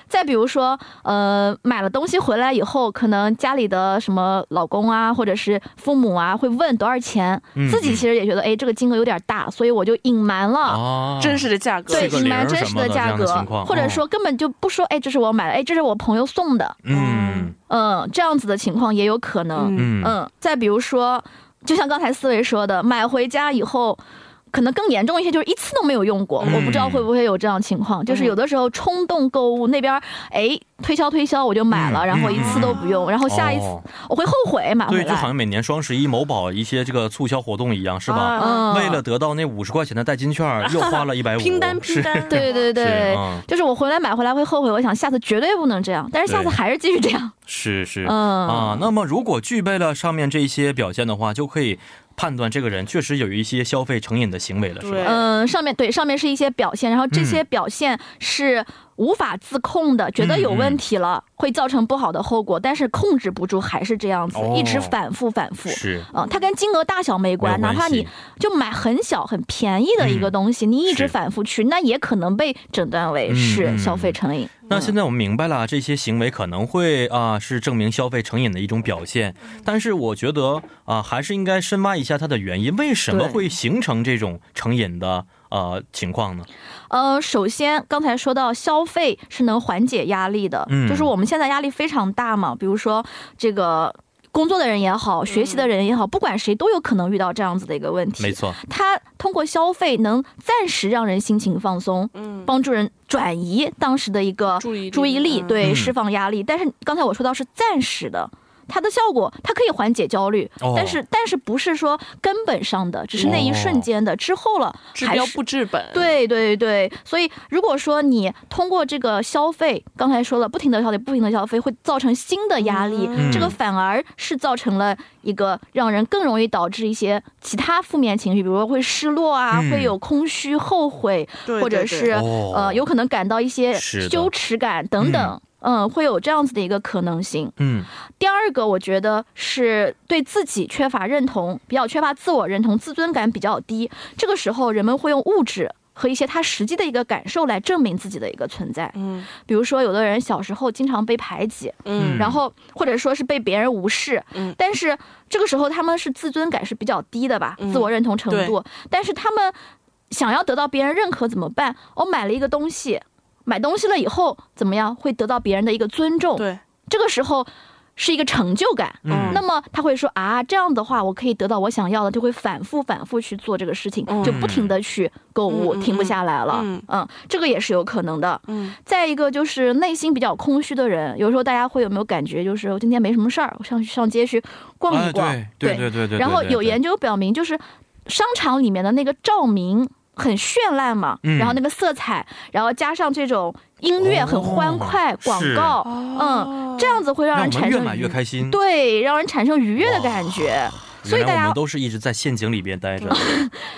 [SPEAKER 4] 再比如说，呃，买了东西回来以后，可能家里的什么老公啊，或者是父母啊，会问多少钱。
[SPEAKER 1] 嗯
[SPEAKER 4] 自己其实也觉得，哎，这个金额有点大，所以我就隐瞒了。
[SPEAKER 1] 哦，
[SPEAKER 3] 啊真实的价格，
[SPEAKER 4] 对，
[SPEAKER 1] 是个
[SPEAKER 4] 隐瞒
[SPEAKER 1] 零儿
[SPEAKER 4] 真
[SPEAKER 1] 什
[SPEAKER 4] 实
[SPEAKER 1] 么的这
[SPEAKER 4] 价
[SPEAKER 1] 样的
[SPEAKER 4] 格
[SPEAKER 1] 情况，
[SPEAKER 4] 或者说根本就不说，哎，这是我买的，哎，这是我朋友送的，
[SPEAKER 1] 嗯
[SPEAKER 4] 嗯，这样子的情况也有可能。
[SPEAKER 3] 嗯
[SPEAKER 1] 嗯
[SPEAKER 4] 嗯，再比如说，就像刚才思维说的，买回家以后，可能更严重一些，就是一次都没有用过。
[SPEAKER 1] 嗯
[SPEAKER 4] 我不知道会不会有这样情况，就是有的时候冲动购物那边，哎，推销推销我就买了，
[SPEAKER 1] 嗯
[SPEAKER 4] 然后一次都不用，然后下一次
[SPEAKER 1] 哦
[SPEAKER 4] 我会后悔买回
[SPEAKER 1] 对，就好
[SPEAKER 4] 来。
[SPEAKER 1] 像每年双十一某宝一些这个促销活动一样，是吧？
[SPEAKER 4] 嗯，
[SPEAKER 1] 为了得到那五十块钱的代金券，又花了一百五，
[SPEAKER 3] 拼单拼单
[SPEAKER 1] 是
[SPEAKER 4] 对对对
[SPEAKER 1] 是嗯，
[SPEAKER 4] 就是我回来买回来会后悔，我想下次绝对不能这样，但是下次
[SPEAKER 1] 对
[SPEAKER 4] 还是继续这样。
[SPEAKER 1] 是是，
[SPEAKER 4] 嗯
[SPEAKER 1] 啊，那么如果具备了上面这一些表现的话，就可以判断这个人确实有一些消费成瘾的行为了，是吧？
[SPEAKER 3] 对
[SPEAKER 4] 嗯，上面对上面是一些表现，然后这
[SPEAKER 1] 嗯
[SPEAKER 4] 些表现是无法自控的，觉得有
[SPEAKER 1] 嗯
[SPEAKER 4] 问题了，会造成不好的后果，但是控制不住还是这样子，
[SPEAKER 1] 哦
[SPEAKER 4] 一直反复反复。
[SPEAKER 1] 是，
[SPEAKER 4] 嗯，它跟金额大小没关，
[SPEAKER 1] 没有
[SPEAKER 4] 哪
[SPEAKER 1] 关
[SPEAKER 4] 怕
[SPEAKER 1] 系嗯
[SPEAKER 4] 你就买很小很便宜的一个东西，你一直
[SPEAKER 1] 是
[SPEAKER 4] 反复去，那也可能被诊断为
[SPEAKER 1] 嗯嗯
[SPEAKER 4] 是
[SPEAKER 1] 嗯
[SPEAKER 4] 消费成瘾。
[SPEAKER 1] 那现在我们明白了，这些行为可能会啊、是证明消费成瘾的一种表现，
[SPEAKER 4] 嗯
[SPEAKER 1] 但是我觉得啊、还是应该深挖一下它的原因，为什么
[SPEAKER 4] 对
[SPEAKER 1] 会形成这种成瘾的呃情况呢？
[SPEAKER 4] 呃，首先刚才说到消费是能缓解压力的，
[SPEAKER 1] 嗯
[SPEAKER 4] 就是我们现在压力非常大嘛，比如说这个。工作的人也好，学
[SPEAKER 3] 嗯
[SPEAKER 4] 习的人也好，不管谁都有可能遇到这样子的一个问题。
[SPEAKER 1] 没，错，
[SPEAKER 4] 他通过消费能暂时让人心情放松，
[SPEAKER 3] 嗯，
[SPEAKER 4] 帮助人转移当时的一个
[SPEAKER 3] 注意力
[SPEAKER 4] 注意力，
[SPEAKER 3] 嗯
[SPEAKER 4] 对，
[SPEAKER 1] 嗯
[SPEAKER 4] 释放压力。但是刚才我说到是暂时的，它的效果它可以缓解焦虑，
[SPEAKER 1] 哦
[SPEAKER 4] 但是但是不是说根本上的，只是那一瞬间的，之后了
[SPEAKER 3] 治
[SPEAKER 4] 还
[SPEAKER 3] 标
[SPEAKER 4] 是
[SPEAKER 3] 不治本，，
[SPEAKER 4] 对对对，所以如果说你通过这个消费，刚才说了，不停的消费，不停的消费，会造成新的压力，
[SPEAKER 1] 嗯
[SPEAKER 4] 这个反而是造成了一个让人更容易导致一些其他负面情绪，比如说会失落啊，
[SPEAKER 1] 嗯
[SPEAKER 4] 会有空虚、后悔，
[SPEAKER 3] 对对
[SPEAKER 4] 或者
[SPEAKER 3] 对
[SPEAKER 4] 是、
[SPEAKER 1] 哦
[SPEAKER 4] 呃有可能感到一些
[SPEAKER 1] 是的
[SPEAKER 4] 羞耻感等等。嗯会有这样子的一个可能性。
[SPEAKER 1] 嗯
[SPEAKER 4] 第二个，我觉得是对自己缺乏认同，比较缺乏自我认同，自尊感比较低。这个时候，人们会用物质和一些他实际的一个感受来证明自己的一个存在。
[SPEAKER 3] 嗯
[SPEAKER 4] 比如说，有的人小时候经常被排挤，
[SPEAKER 3] 嗯
[SPEAKER 4] 然后或者说是被别人无视，
[SPEAKER 3] 嗯
[SPEAKER 4] 但是这个时候他们是自尊感是比较低的吧，
[SPEAKER 3] 嗯
[SPEAKER 4] 自我认同程度，但是他们想要得到别人认可怎么办？我买了一个东西，买东西了以后怎么样会得到别人的一个尊重？
[SPEAKER 3] 对，
[SPEAKER 4] 这个时候是一个成就感。
[SPEAKER 3] 哦
[SPEAKER 1] 嗯，
[SPEAKER 4] 那么他会说啊，这样的话我可以得到我想要的，就会反复反复去做这个事情，
[SPEAKER 3] 嗯
[SPEAKER 4] 就不停的去购物，
[SPEAKER 3] 嗯嗯
[SPEAKER 4] 停不下来了。
[SPEAKER 3] 嗯
[SPEAKER 4] 这个也是有可能的。
[SPEAKER 3] 嗯
[SPEAKER 4] 再一个就是内心比较空虚的人，有时候大家会有没有感觉，就是我哦今天没什么事儿，我上上街去逛一逛，
[SPEAKER 1] 哎、对对对对对，
[SPEAKER 4] 然后
[SPEAKER 1] 对
[SPEAKER 4] 有，研究表明，就是商场里面的那个照明很绚烂嘛，
[SPEAKER 1] 嗯
[SPEAKER 4] 然后那个色彩，然后加上这种音乐
[SPEAKER 1] 哦
[SPEAKER 4] 很欢快，广告，嗯，这样子会让
[SPEAKER 1] 让
[SPEAKER 4] 人
[SPEAKER 1] 我们
[SPEAKER 4] 产
[SPEAKER 1] 越
[SPEAKER 4] 生
[SPEAKER 1] 买越
[SPEAKER 4] 愉
[SPEAKER 1] 开心。
[SPEAKER 4] 对，让人产生愉悦的感觉。所以
[SPEAKER 1] 原来
[SPEAKER 4] 大
[SPEAKER 1] 我
[SPEAKER 4] 家
[SPEAKER 1] 们都是一直在陷阱里边待着。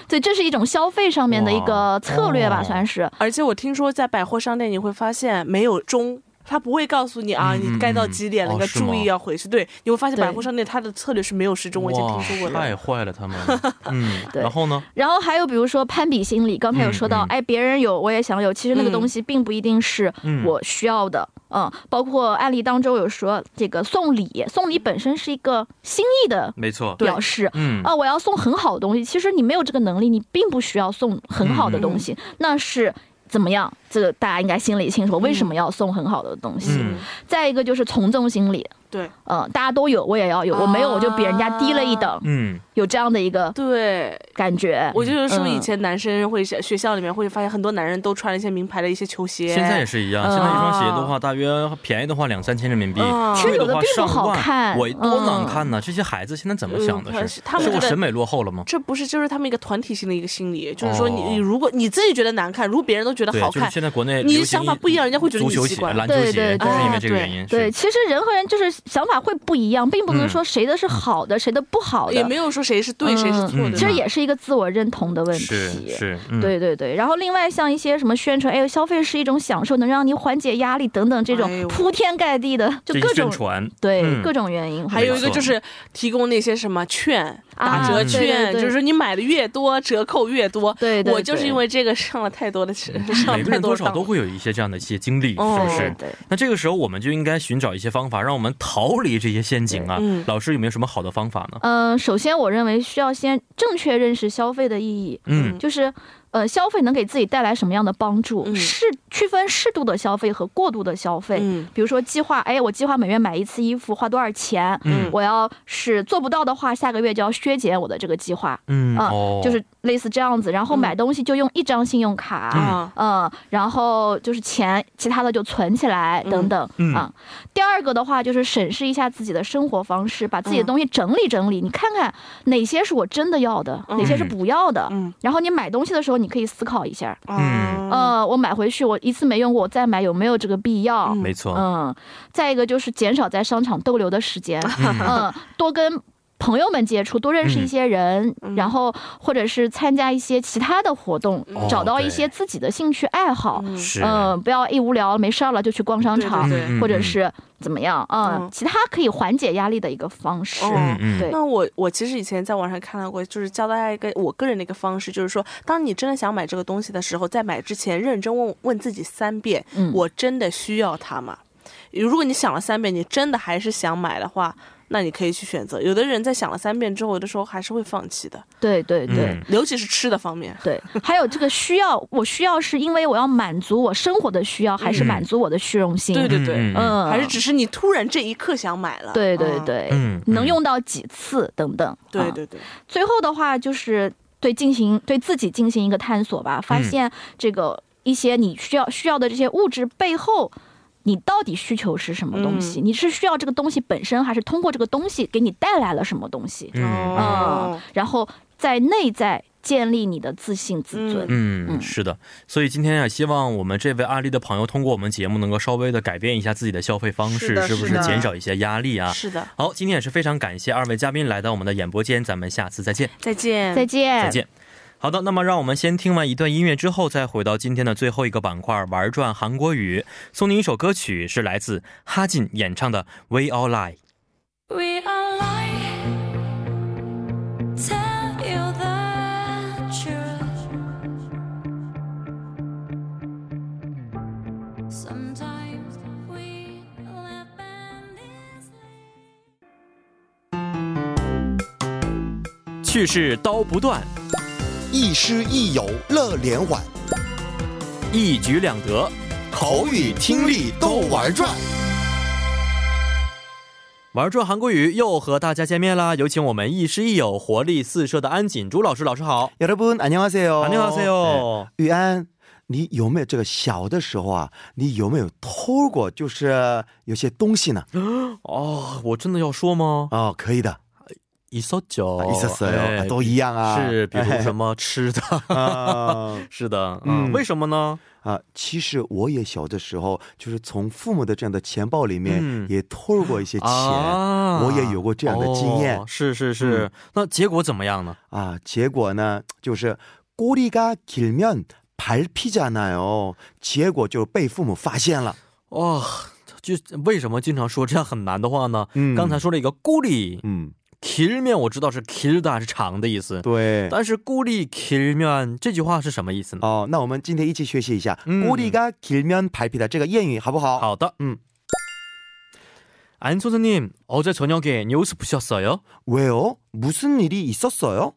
[SPEAKER 4] 对，这是一种消费上面的一
[SPEAKER 1] 哇
[SPEAKER 4] 个策略吧，
[SPEAKER 1] 哦
[SPEAKER 4] 算是。
[SPEAKER 3] 而且我听说在百货商店你会发现没有钟。他不会告诉你啊，
[SPEAKER 1] 嗯嗯
[SPEAKER 3] 你该到几点了，
[SPEAKER 1] 嗯
[SPEAKER 3] 你要
[SPEAKER 1] 哦是吗
[SPEAKER 3] 注意要回去。对，你会发现
[SPEAKER 4] 对
[SPEAKER 3] 百货商店它的策略是没有时钟，我已经听说过
[SPEAKER 1] 哇啊太
[SPEAKER 3] 了。
[SPEAKER 1] 坏了他们。 嗯，
[SPEAKER 4] 对
[SPEAKER 1] 然后呢？
[SPEAKER 4] 然后还有比如说攀比心理，刚才有说到，
[SPEAKER 1] 嗯嗯
[SPEAKER 4] 哎，别人有我也想有，其实那个
[SPEAKER 3] 嗯
[SPEAKER 4] 东西并不一定是
[SPEAKER 1] 嗯
[SPEAKER 4] 我需要的。嗯包括案例当中有说这个送礼，送礼本身是一个心意的
[SPEAKER 1] 没错。
[SPEAKER 4] 表示。
[SPEAKER 1] 嗯，
[SPEAKER 3] 哦
[SPEAKER 4] 啊，我要送很好的东西，其实你没有这个能力，你并不需要送很好
[SPEAKER 3] 嗯
[SPEAKER 4] 的东西，那是怎么样？
[SPEAKER 3] 嗯
[SPEAKER 4] 这个大家应该心里清楚，为什么要送很好的东西？
[SPEAKER 1] 嗯
[SPEAKER 4] 再一个就是从众心理，
[SPEAKER 3] 对
[SPEAKER 4] 嗯，大家都有，我也要有，我没有我就比人家低了一等，
[SPEAKER 1] 嗯，
[SPEAKER 4] 有这样的一个
[SPEAKER 3] 对，
[SPEAKER 4] 感觉。
[SPEAKER 3] 啊我就是说以前男生会学校里面会发现很多男人都穿了一些名牌的一些球鞋，
[SPEAKER 1] 现在也是一样，
[SPEAKER 3] 嗯
[SPEAKER 1] 现在一双鞋的话，大约便宜的话两三千人民币，
[SPEAKER 3] 嗯
[SPEAKER 1] 贵
[SPEAKER 4] 其实有的
[SPEAKER 1] 话
[SPEAKER 4] 并
[SPEAKER 1] 上
[SPEAKER 4] 不好看
[SPEAKER 1] 万，我多
[SPEAKER 4] 嗯
[SPEAKER 1] 难看呢！这些孩子现在怎么想
[SPEAKER 3] 嗯可
[SPEAKER 1] 的
[SPEAKER 3] 是
[SPEAKER 1] 是？
[SPEAKER 3] 他们
[SPEAKER 1] 是
[SPEAKER 3] 觉
[SPEAKER 1] 我
[SPEAKER 3] 得
[SPEAKER 1] 审美落后了吗？
[SPEAKER 3] 这不是就是他们一个团体性的一个心理，就是说你
[SPEAKER 1] 哦
[SPEAKER 3] 你如果你自己觉得难看，如果别人都觉得
[SPEAKER 1] 对
[SPEAKER 3] 好，
[SPEAKER 1] 就
[SPEAKER 3] 看
[SPEAKER 1] 是，现在国内
[SPEAKER 3] 你
[SPEAKER 1] 流行
[SPEAKER 3] 想法不一样人家会觉得
[SPEAKER 1] 足
[SPEAKER 3] 你
[SPEAKER 1] 球
[SPEAKER 3] 奇
[SPEAKER 1] 鞋、
[SPEAKER 3] 怪
[SPEAKER 1] 篮球
[SPEAKER 4] 对
[SPEAKER 1] 鞋
[SPEAKER 4] 对
[SPEAKER 1] 都是因为
[SPEAKER 3] 对哎
[SPEAKER 1] 这个
[SPEAKER 3] 对
[SPEAKER 1] 原因。
[SPEAKER 4] 对，
[SPEAKER 1] 是，
[SPEAKER 4] 其实人和人就是想法会不一样，并不能说谁的是好的，谁的不好的，
[SPEAKER 3] 嗯也没有说谁是对谁是错
[SPEAKER 1] 嗯
[SPEAKER 3] 的，
[SPEAKER 4] 这也是一个自我认同的问题。
[SPEAKER 1] 是是，嗯，
[SPEAKER 4] 对对对，然后另外像一些什么宣传，哎呦，消费是一种享受，能让你缓解压力等等，这
[SPEAKER 3] 哎
[SPEAKER 4] 种
[SPEAKER 3] 呦
[SPEAKER 4] 铺天盖地的，就
[SPEAKER 1] 这一
[SPEAKER 4] 各
[SPEAKER 1] 宣
[SPEAKER 4] 种
[SPEAKER 1] 传，
[SPEAKER 4] 对、
[SPEAKER 1] 嗯
[SPEAKER 4] 各种原因，
[SPEAKER 3] 还有一个
[SPEAKER 1] 没错
[SPEAKER 3] 就是提供那些什么券、
[SPEAKER 4] 啊
[SPEAKER 3] 打折券，
[SPEAKER 4] 对对对
[SPEAKER 3] 就是说你买的越多，折扣越多。
[SPEAKER 4] 对对对
[SPEAKER 3] 我就是因为这个上了太多的，上
[SPEAKER 1] 嗯每
[SPEAKER 3] 了
[SPEAKER 1] 个
[SPEAKER 3] 太
[SPEAKER 1] 人
[SPEAKER 3] 多
[SPEAKER 1] 多
[SPEAKER 3] 的
[SPEAKER 1] 少
[SPEAKER 3] 当。
[SPEAKER 1] 都会有一些这样的一些经历，
[SPEAKER 3] 哦
[SPEAKER 1] 是不
[SPEAKER 4] 对
[SPEAKER 1] 是
[SPEAKER 4] 对？对。
[SPEAKER 1] 那这个时候我们就应该寻找一些方法，让我们逃离这些陷阱啊
[SPEAKER 3] 对嗯！
[SPEAKER 1] 老师有没有什么好的方法呢？
[SPEAKER 4] 嗯，首先我认为需要先正确认识消费的意义，
[SPEAKER 1] 嗯，
[SPEAKER 4] 就是呃，消费能给自己带来什么样的帮助，
[SPEAKER 3] 嗯
[SPEAKER 4] 适区分适度的消费和过度的消费。
[SPEAKER 3] 嗯
[SPEAKER 4] 比如说计划，哎，我计划每月买一次衣服，花多少钱？
[SPEAKER 1] 嗯
[SPEAKER 4] 我要是做不到的话，下个月就要削减我的这个计划。
[SPEAKER 1] 嗯
[SPEAKER 4] 啊
[SPEAKER 1] 哦，
[SPEAKER 4] 就是类似这样子，然后
[SPEAKER 3] 嗯
[SPEAKER 4] 买东西就用一张信用卡，
[SPEAKER 1] 嗯
[SPEAKER 3] 啊，
[SPEAKER 4] 嗯，然后就是钱，其他的就存起来
[SPEAKER 3] 嗯
[SPEAKER 4] 等等、
[SPEAKER 1] 嗯
[SPEAKER 4] 啊。第二个的话就是审视一下自己的生活方式，把自己的
[SPEAKER 3] 嗯
[SPEAKER 4] 东西整理整理，你看看哪些是我真的要的，
[SPEAKER 3] 嗯
[SPEAKER 4] 哪些是不要的。
[SPEAKER 3] 嗯
[SPEAKER 4] 然后你买东西的时候，你可以思考一下，
[SPEAKER 1] 嗯
[SPEAKER 3] 啊，
[SPEAKER 4] 呃，我买回去我一次没用过，我再买有没有这个必要？
[SPEAKER 1] 没错，
[SPEAKER 4] 嗯，再一个就是减少在商场逗留的时间，嗯，多跟。朋友们接触，多认识一些人，
[SPEAKER 3] 嗯
[SPEAKER 4] 然后或者是参加一些其他的活动，
[SPEAKER 1] 哦
[SPEAKER 4] 找到
[SPEAKER 1] 对
[SPEAKER 4] 一些自己的兴趣爱好。
[SPEAKER 3] 嗯
[SPEAKER 1] 是，
[SPEAKER 4] 嗯，不要一无聊没事儿了就去逛商场，
[SPEAKER 3] 对
[SPEAKER 1] 嗯
[SPEAKER 4] 或者是怎么样啊、
[SPEAKER 3] 嗯
[SPEAKER 4] 其他可以缓解压力的一个方式。
[SPEAKER 3] 哦
[SPEAKER 1] 嗯嗯，
[SPEAKER 4] 对
[SPEAKER 3] 那我我其实以前在网上看到过，就是教大家一个我个人的一个方式，就是说，当你真的想买这个东西的时候，在买之前认真问问自己三遍，
[SPEAKER 4] 嗯
[SPEAKER 3] 我真的需要它吗？如果你想了三遍，你真的还是想买的话，那你可以去选择。有的人在想了三遍之后，有的时候还是会放弃的，
[SPEAKER 4] 对对对、
[SPEAKER 1] 嗯
[SPEAKER 3] 尤其是吃的方面。
[SPEAKER 4] 对，还有这个需要，我需要是因为我要满足我生活的需要，还是
[SPEAKER 1] 嗯
[SPEAKER 4] 满足我的虚荣心？
[SPEAKER 3] 对对对
[SPEAKER 1] 嗯嗯
[SPEAKER 4] 嗯，
[SPEAKER 3] 还是只是你突然这一刻想买了。
[SPEAKER 4] 对对
[SPEAKER 3] 嗯
[SPEAKER 4] 对，
[SPEAKER 1] 嗯
[SPEAKER 4] 能
[SPEAKER 1] 嗯
[SPEAKER 4] 用到几次等等。
[SPEAKER 3] 对
[SPEAKER 4] 啊
[SPEAKER 3] 对对，
[SPEAKER 4] 最后的话就是对进行对自己进行一个探索吧，发现这个一些你需要需要的这些物质背后。你到底需求是什么东西？
[SPEAKER 3] 嗯
[SPEAKER 4] 你是需要这个东西本身，还是通过这个东西给你带来了什么东西？
[SPEAKER 1] 嗯
[SPEAKER 3] 哦
[SPEAKER 4] 嗯，然后在内在建立你的自信、自尊。
[SPEAKER 1] 嗯，是的，所以今天啊，希望我们这位案例的朋友通过我们节目，能够稍微的改变一下自己的消费方式，
[SPEAKER 3] 是的
[SPEAKER 1] 是不
[SPEAKER 3] 是
[SPEAKER 1] 是
[SPEAKER 3] 的
[SPEAKER 1] 减少一些压力啊？
[SPEAKER 3] 是的，
[SPEAKER 1] 好，今天也是非常感谢二位嘉宾来到我们的演播间，咱们下次再见，
[SPEAKER 3] 再见，
[SPEAKER 4] 再见，
[SPEAKER 1] 再见。好的，那么让我们先听完一段音乐之后，再回到今天的最后一个板块——玩转韩国语。送您一首歌曲，是来自哈进演唱的《We All Lie》。
[SPEAKER 6] We are lying. Tell you the truth. Sometimes we live and it's
[SPEAKER 1] 去世刀不断，
[SPEAKER 7] 亦师亦友乐连环，
[SPEAKER 1] 一举两得。
[SPEAKER 7] 口语听力都玩转。
[SPEAKER 1] 玩转韩国语又和大家见面啦！有请我们亦师亦友、活力四射的安锦珠老师。老师好，哎
[SPEAKER 8] 여러분 안녕하세요.
[SPEAKER 1] 안녕하세요.
[SPEAKER 8] 玉安，你有没有这个小的时候啊？你有没有偷过？就是呃有些东西 呢？
[SPEAKER 1] 哦，我真的要说吗？
[SPEAKER 8] 哦，可以的，啊
[SPEAKER 1] 一搜九，
[SPEAKER 8] 意思是
[SPEAKER 1] 哎
[SPEAKER 8] 都一样啊。
[SPEAKER 1] 是，比如
[SPEAKER 8] 哎
[SPEAKER 1] 什么吃的，
[SPEAKER 8] 啊
[SPEAKER 1] 是的，嗯，
[SPEAKER 8] 嗯
[SPEAKER 1] 为什么呢？
[SPEAKER 8] 啊，其实我也小的时候，就是从父母的这样的钱包里面
[SPEAKER 1] 嗯
[SPEAKER 8] 也偷过一些钱，
[SPEAKER 1] 啊
[SPEAKER 8] 我也有过这样的经验
[SPEAKER 1] 아。 哦是是是、那结果怎么样呢？
[SPEAKER 8] 啊结果呢，就是 아, 꼬리가길면밟히잖아요。结果就被父母发现了。
[SPEAKER 1] 哇、就为什么经常说这样很难的话呢？
[SPEAKER 8] 嗯
[SPEAKER 1] 刚才说了一个孤立
[SPEAKER 8] 嗯，
[SPEAKER 1] 길면，我知道是길다是长的意思，
[SPEAKER 8] 对。
[SPEAKER 1] 但是孤立길면这句话是什么意思呢？
[SPEAKER 8] 哦，那我们今天一起学习一下“
[SPEAKER 1] 嗯
[SPEAKER 8] 꼬리가길면밟히다”这个谚语，好不好？。
[SPEAKER 1] 好的，
[SPEAKER 8] 嗯
[SPEAKER 1] 안 선생님 어제 저녁에 뉴스 보셨어요?
[SPEAKER 8] 왜요무슨일이있었어요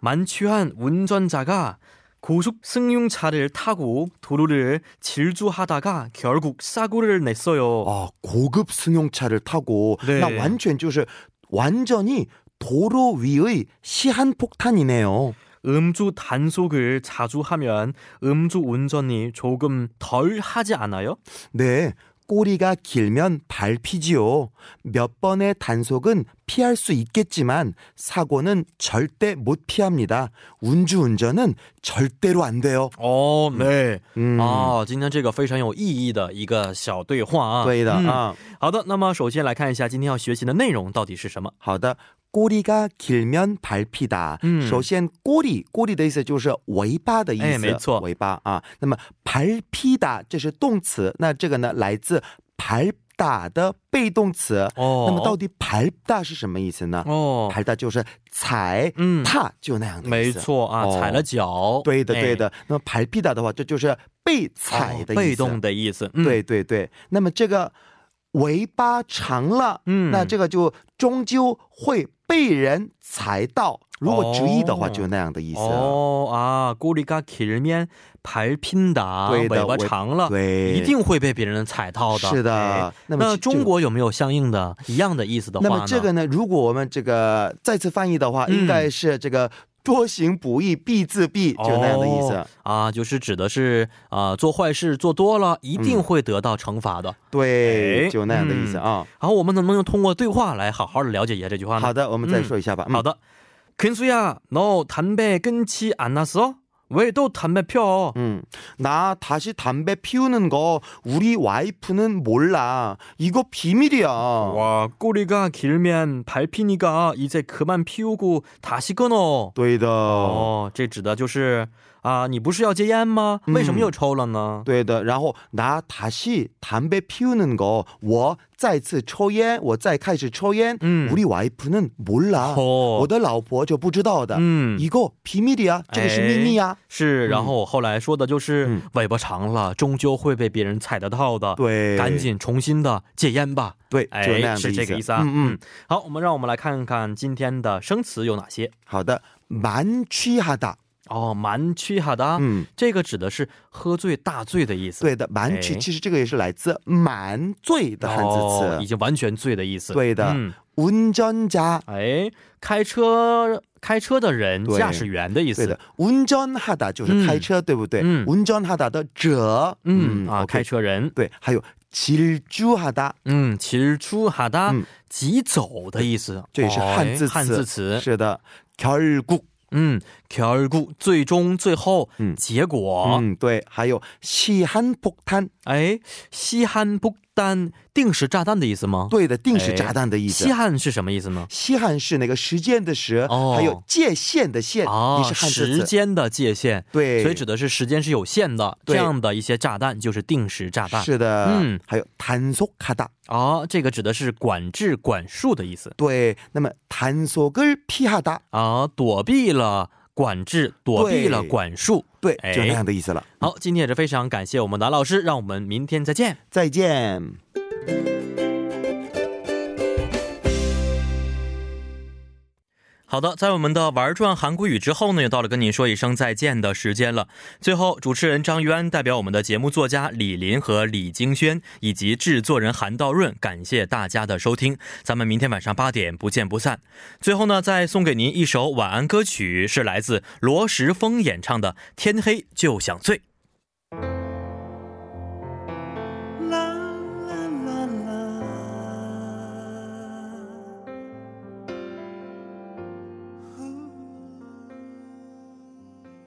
[SPEAKER 1] 만취한 운전자가 고속 승용차를 타고 도로를 질주하다가 결국 사고를 냈어요.
[SPEAKER 8] 아 고급 승용차를 타고
[SPEAKER 1] 네.
[SPEAKER 8] 나 완전 就是 완전히 도로 위의 시한폭탄이네요.
[SPEAKER 1] 음주 단속을 자주 하면 음주 운전이 조금 덜 하지 않아요?
[SPEAKER 8] 네, 꼬리가 길면 발 피지요. 몇 번의 단속은 피할 수 있겠지만 사고는 절대 못 피합니다. 음주운전은 절대로 안 돼요. 음,
[SPEAKER 1] 어, 네.
[SPEAKER 8] 嗯，
[SPEAKER 1] 啊，今天这个非常有意义的一个小对话啊。
[SPEAKER 8] 对的
[SPEAKER 1] 嗯
[SPEAKER 8] 啊。
[SPEAKER 1] 好的，那么首先来看一下今天要学习的内容到底是什么。
[SPEAKER 8] 好的，꼬리가길면발피다。
[SPEAKER 1] 嗯
[SPEAKER 8] 首先，꼬리 꼬리的意思就是尾巴的意思，
[SPEAKER 1] 哎没错
[SPEAKER 8] 尾巴啊。那么 아, 발피다这是动词，那这个呢来自발다的被动词。
[SPEAKER 1] 哦
[SPEAKER 8] 那么到底발다是什么意思呢？
[SPEAKER 1] 哦，
[SPEAKER 8] 발다就是踩、
[SPEAKER 1] 嗯
[SPEAKER 8] 踏，就那样的
[SPEAKER 1] 没
[SPEAKER 8] 意思。
[SPEAKER 1] 错啊，
[SPEAKER 8] 哦
[SPEAKER 1] 踩了脚。
[SPEAKER 8] 对的，
[SPEAKER 1] 哎
[SPEAKER 8] 对的。那么발피다的话，这就是被踩的意思。
[SPEAKER 1] 哦被动的意思。嗯、
[SPEAKER 8] 对对对，那么这个尾巴长了，
[SPEAKER 1] 嗯
[SPEAKER 8] 那这个就终究会被人踩到。如果直译的话，
[SPEAKER 1] 哦
[SPEAKER 8] 就那样的意思。
[SPEAKER 1] 哦啊，꼬리가길면발핀다，
[SPEAKER 8] 对的
[SPEAKER 1] 尾巴
[SPEAKER 8] 尾
[SPEAKER 1] 长了，
[SPEAKER 8] 对
[SPEAKER 1] 一定会被别人踩到的。
[SPEAKER 8] 是的
[SPEAKER 1] 哎
[SPEAKER 8] 那么
[SPEAKER 1] 那
[SPEAKER 8] 这
[SPEAKER 1] 中国有没有相应的一样的意思的话
[SPEAKER 8] 那
[SPEAKER 1] 呢？
[SPEAKER 8] 么这个呢，如果我们这个再次翻译的话，
[SPEAKER 1] 嗯
[SPEAKER 8] 应该是这个多行不义必自毙，就那样的意思。
[SPEAKER 1] 哦啊，就是指的是啊、做坏事做多了一定会得到惩罚的。
[SPEAKER 8] 嗯
[SPEAKER 1] 哎
[SPEAKER 8] 对，就那样的意思啊。
[SPEAKER 1] 然后我们能不能通过对话来好好的了解一下这句话呢？
[SPEAKER 8] 好的，我们再说一下吧。嗯
[SPEAKER 1] 好，的。근수야너담배끊지않았어왜또담배펴
[SPEAKER 8] 음, 나 다시 담배 피우는 거 우리 와이프는 몰라. 이거 비밀이야.
[SPEAKER 1] 와꼬리가길면발피니까이제그만피우고다시끊어
[SPEAKER 8] 对的。
[SPEAKER 1] 哦，这指的就是啊，你不是要戒烟吗？为什么又抽了呢？
[SPEAKER 8] 对的，然后나 다시 담배 피우는 거, 我再次抽烟，我再开始抽烟。
[SPEAKER 1] 음.
[SPEAKER 8] 우리 와이프는 몰라.
[SPEAKER 1] 어.
[SPEAKER 8] 我的老婆就不知道的。
[SPEAKER 1] 哦 음. 哎
[SPEAKER 8] 이거 비밀이야. 这个是秘密呀.
[SPEAKER 1] 是，然后我后来说的就是、
[SPEAKER 8] 嗯
[SPEAKER 1] 尾巴长了，终究会被别人踩得到的。
[SPEAKER 8] 对，
[SPEAKER 1] 赶紧重新的戒烟吧。
[SPEAKER 8] 对，就那
[SPEAKER 1] 哎，
[SPEAKER 8] 样的
[SPEAKER 1] 是
[SPEAKER 8] 意
[SPEAKER 1] 这
[SPEAKER 8] 思。
[SPEAKER 1] 个意思啊。
[SPEAKER 8] 嗯嗯，，
[SPEAKER 1] 好，我们让我们来看看今天的生词有哪些。
[SPEAKER 8] 好的，蛮취하다。 음.
[SPEAKER 1] 哦，蛮취하다，
[SPEAKER 8] 嗯，
[SPEAKER 1] 这个指的是喝醉、大醉的意思。
[SPEAKER 8] 对的，蛮
[SPEAKER 1] 哎
[SPEAKER 8] 취其实这个也是来自满醉的汉
[SPEAKER 1] 哦，
[SPEAKER 8] 字
[SPEAKER 1] 已
[SPEAKER 8] 词。
[SPEAKER 1] 经完全醉的意思。
[SPEAKER 8] 对的
[SPEAKER 1] 嗯，
[SPEAKER 8] 운전자，
[SPEAKER 1] 哎，开车开车的人，
[SPEAKER 8] 对
[SPEAKER 1] 驾驶员的意
[SPEAKER 8] 对
[SPEAKER 1] 思
[SPEAKER 8] 的。，운전하다就是开车，对不对？
[SPEAKER 1] 嗯
[SPEAKER 8] 운전하다的者，
[SPEAKER 1] 嗯啊，
[SPEAKER 8] OK
[SPEAKER 1] 开车人。
[SPEAKER 8] 对，还有질주하다。
[SPEAKER 1] 嗯，骑出哈达
[SPEAKER 8] 嗯，
[SPEAKER 1] 急走的意思。
[SPEAKER 8] 这也是汉字
[SPEAKER 1] 哦
[SPEAKER 8] 词，
[SPEAKER 1] 哎汉字词。
[SPEAKER 8] 是的，결국，
[SPEAKER 1] 嗯，결국最终最后，
[SPEAKER 8] 嗯
[SPEAKER 1] 结果，
[SPEAKER 8] 嗯，对，还有시한폭탄，
[SPEAKER 1] 哎，西汉不丹定时炸弹的意思吗？，
[SPEAKER 8] 对的，定
[SPEAKER 1] 哎
[SPEAKER 8] 时炸弹的意思
[SPEAKER 1] 西。汉是什么意思呢？
[SPEAKER 8] 西汉是那个时间的时，
[SPEAKER 1] 哦
[SPEAKER 8] 还有界限的限，
[SPEAKER 1] 啊
[SPEAKER 8] 也，是汉字
[SPEAKER 1] 时
[SPEAKER 8] 词。
[SPEAKER 1] 间的界限，
[SPEAKER 8] 对，
[SPEAKER 1] 所以指的是时间是有限的，这
[SPEAKER 8] 对
[SPEAKER 1] 样的一些炸弹就是定时炸弹。
[SPEAKER 8] 是的，
[SPEAKER 1] 嗯
[SPEAKER 8] 嗯，还有탄속하다，
[SPEAKER 1] 啊，这个指的是管制、管束的意思
[SPEAKER 8] 对，那么탄속을피하다，
[SPEAKER 1] 啊，躲避了管制，躲避了
[SPEAKER 8] 对
[SPEAKER 1] 管束。
[SPEAKER 8] 对
[SPEAKER 1] 哎，
[SPEAKER 8] 就那样的意思了。
[SPEAKER 1] 好，今天也是非常感谢我们南老师，让我们明天再见。
[SPEAKER 8] 再见。
[SPEAKER 1] 好的，在我们的玩转韩国语之后呢，也到了跟您说一声再见的时间了。最后，主持人张玉安代表我们的节目作家李林和李京轩，以及制作人韩道润，感谢大家的收听。咱们明天晚上八点不见不散。最后呢，再送给您一首晚安歌曲，是来自罗时丰演唱的《天黑就想醉》。